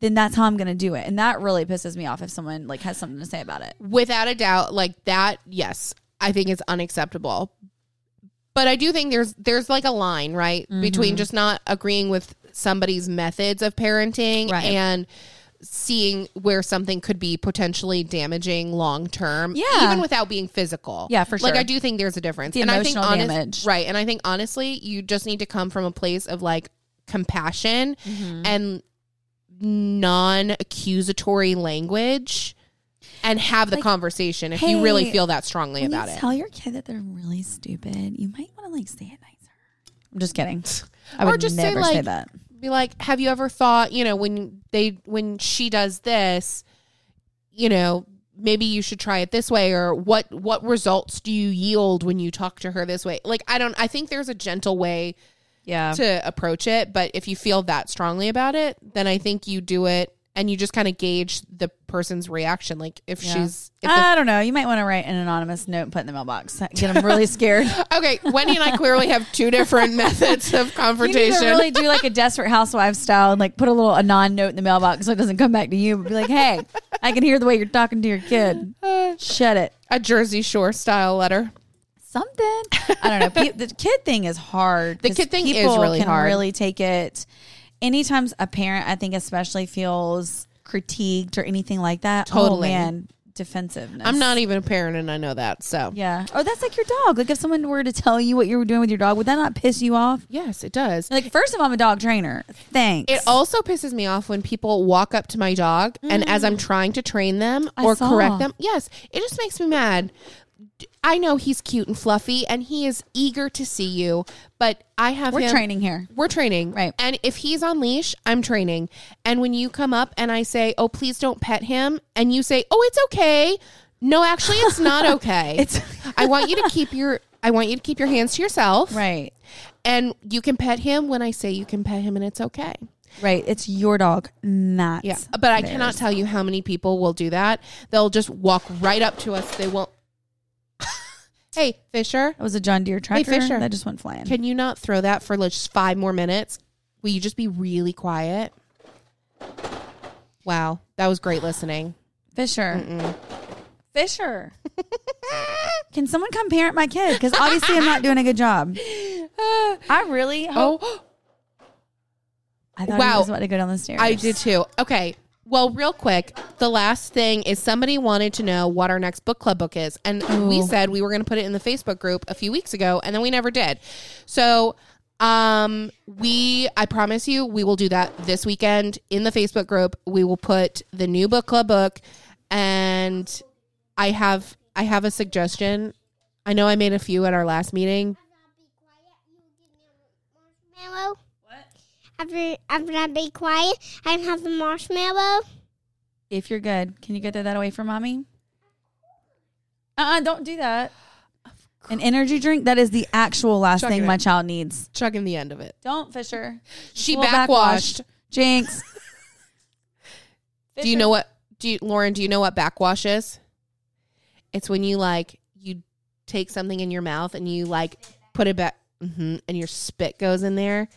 Speaker 2: Then that's how I'm gonna do it, and that really pisses me off if someone like has something to say about it.
Speaker 1: without a doubt like that yes i think it's unacceptable but i do think there's there's like a line right
Speaker 2: Mm-hmm.
Speaker 1: between just not agreeing with somebody's methods of parenting
Speaker 2: Right.
Speaker 1: and seeing where something could be potentially damaging long term
Speaker 2: Yeah.
Speaker 1: even without being physical
Speaker 2: Yeah, for
Speaker 1: like
Speaker 2: sure.
Speaker 1: i do think there's a difference
Speaker 2: The
Speaker 1: I think
Speaker 2: emotional
Speaker 1: honest-
Speaker 2: damage.
Speaker 1: right and i think honestly you just need to come from a place of like compassion
Speaker 2: Mm-hmm.
Speaker 1: and non-accusatory language and have the
Speaker 2: Like,
Speaker 1: conversation if you really
Speaker 2: hey,
Speaker 1: feel that strongly
Speaker 2: When
Speaker 1: about
Speaker 2: you
Speaker 1: it.
Speaker 2: Tell your kid that they're really stupid. You might want to like say it nicer. I'm just kidding. I
Speaker 1: Or
Speaker 2: would
Speaker 1: just say,
Speaker 2: never say,
Speaker 1: like,
Speaker 2: that.
Speaker 1: Be like, have you ever thought, you know, when they when she does this, you know, maybe you should try it this way or what what results do you yield when you talk to her this way? Like I don't I think there's a gentle way
Speaker 2: Yeah.
Speaker 1: to approach it, but if you feel that strongly about it, then I think you do it and you just kind of gauge the person's reaction like if she's if the
Speaker 2: I don't know. You might want to write an anonymous note and put it in the mailbox. Get them really scared.
Speaker 1: Okay, Wendy and I clearly have two different methods of
Speaker 2: you need to
Speaker 1: confrontation.
Speaker 2: really do like a desperate housewife style and like put a little anon note in the mailbox so it doesn't come back to you. But be like, hey, I can hear the way you're talking to your kid. Shut it.
Speaker 1: a Jersey Shore style letter.
Speaker 2: something. I don't know. Pe- the kid thing is hard.
Speaker 1: The
Speaker 2: 'cause
Speaker 1: kid thing is
Speaker 2: people
Speaker 1: really
Speaker 2: can
Speaker 1: hard.
Speaker 2: Really take it. Anytime a parent, I think, especially feels critiqued or anything like that.
Speaker 1: Totally.
Speaker 2: Oh man, defensiveness.
Speaker 1: I'm not even a parent and I know that. So,
Speaker 2: Yeah. Or that's like your dog. Like if someone were to tell you what you were doing with your dog, would that not piss you off?
Speaker 1: yes, it does.
Speaker 2: Like first of all, I'm a dog trainer. Thanks.
Speaker 1: It also pisses me off when people walk up to my dog and as I'm trying to train them
Speaker 2: Mm. I
Speaker 1: or
Speaker 2: saw.
Speaker 1: correct them, yes, it just makes me mad. D- I know he's cute and fluffy and he is eager to see you, but I have
Speaker 2: we're
Speaker 1: him-
Speaker 2: training here.
Speaker 1: We're training.
Speaker 2: Right.
Speaker 1: And if he's on leash, I'm training. And when you come up and I say, oh, please don't pet him, and you say, oh, it's okay. No, actually, it's not okay.
Speaker 2: It's-
Speaker 1: I want you to keep your. I want you to keep your hands to yourself.
Speaker 2: Right.
Speaker 1: And you can pet him when I say you can pet him and it's okay.
Speaker 2: Right. It's your dog, not
Speaker 1: Yeah. But I cannot tell you how many people will do that. They'll just walk right up to us. They won't. hey, Fisher,
Speaker 2: That was a John Deere tractor
Speaker 1: Fisher.
Speaker 2: that just went flying.
Speaker 1: can you not throw that for like just five more minutes? Will you just be really quiet? Wow, that was great listening.
Speaker 2: Fisher. Fisher. Can someone come parent my kid? Because obviously I'm not doing a good job. I really hope.
Speaker 1: Oh,
Speaker 2: I thought
Speaker 1: wow.
Speaker 2: he was about to go down the stairs.
Speaker 1: I did too. Okay. Well, real quick, the last thing is somebody wanted to know what our next book club book is. And we
Speaker 2: Ooh.
Speaker 1: said we were going to put it in the Facebook group a few weeks ago, and then we never did. So, um, we, I promise you, we will do that this weekend in the Facebook group. We will put the new book club book, and I have, I have a suggestion. I know I made a few at our last meeting.
Speaker 5: Marshmallow. What? After after I be quiet, I can have the marshmallow.
Speaker 2: If you're good, can you get that away from mommy? Uh uh-uh, uh, do not do that. An energy drink, that is the actual last
Speaker 1: Chuck it
Speaker 2: thing
Speaker 1: in.
Speaker 2: my child needs.
Speaker 1: Chugging the end of it.
Speaker 2: Don't, Fisher.
Speaker 1: She
Speaker 2: Full
Speaker 1: backwashed.
Speaker 2: Jinx.
Speaker 1: Do you know what? Do you, Lauren? Do you know what backwash is? It's when you like you take something in your mouth and you like put it back, hmm and your spit goes in there.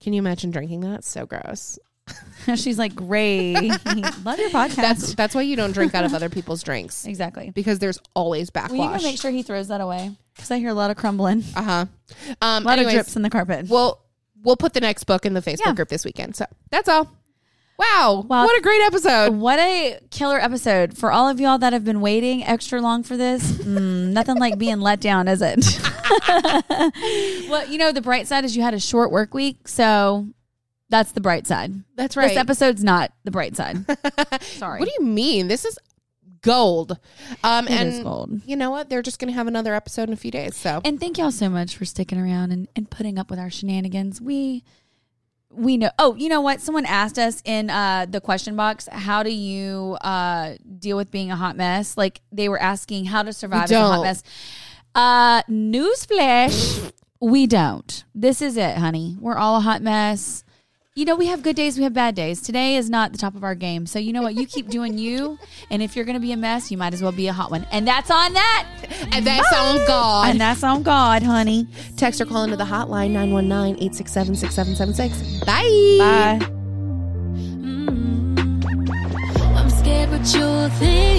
Speaker 1: Can you imagine drinking that? It's so gross.
Speaker 2: She's like, great. Love your podcast.
Speaker 1: That's that's why you don't drink out of other people's drinks
Speaker 2: exactly.
Speaker 1: because there's always
Speaker 2: Will you go make
Speaker 1: backwash.
Speaker 2: sure he throws that away? Because I hear a lot of crumbling,
Speaker 1: Uh huh. Um,
Speaker 2: a lot
Speaker 1: anyways,
Speaker 2: of drips in the carpet.
Speaker 1: we'll we'll put the next book in the Facebook
Speaker 2: Yeah.
Speaker 1: group this weekend. So that's all. Wow,
Speaker 2: Wow.
Speaker 1: what a great episode!
Speaker 2: What a killer episode for all of y'all that have been waiting extra long for this. Mm, nothing like being let down, is it? well, you know, the bright side is you had a short work week. So that's the bright side.
Speaker 1: That's right.
Speaker 2: This episode's not the bright side. Sorry.
Speaker 1: What do you mean? This is gold. Um,
Speaker 2: It
Speaker 1: and
Speaker 2: is gold.
Speaker 1: you know what? They're just going to have another episode in a few days. So
Speaker 2: and thank y'all so much for sticking around and, and putting up with our shenanigans. We we know oh, you know what? Someone asked us in uh the question box, how do you uh deal with being a hot mess? Like they were asking how to survive as a hot
Speaker 1: don't.
Speaker 2: mess. Uh newsflash, we don't. This is it, honey. We're all a hot mess. You know, we have good days, we have bad days. Today is not the top of our game. So, you know what? You keep doing you. And if you're going to be a mess, you might as well be a hot one. And that's on that.
Speaker 1: and that's on God.
Speaker 2: And that's on God, honey.
Speaker 1: Text or call into the hotline 919 867 6776. Bye.
Speaker 2: Bye.
Speaker 3: I'm scared what you'll think.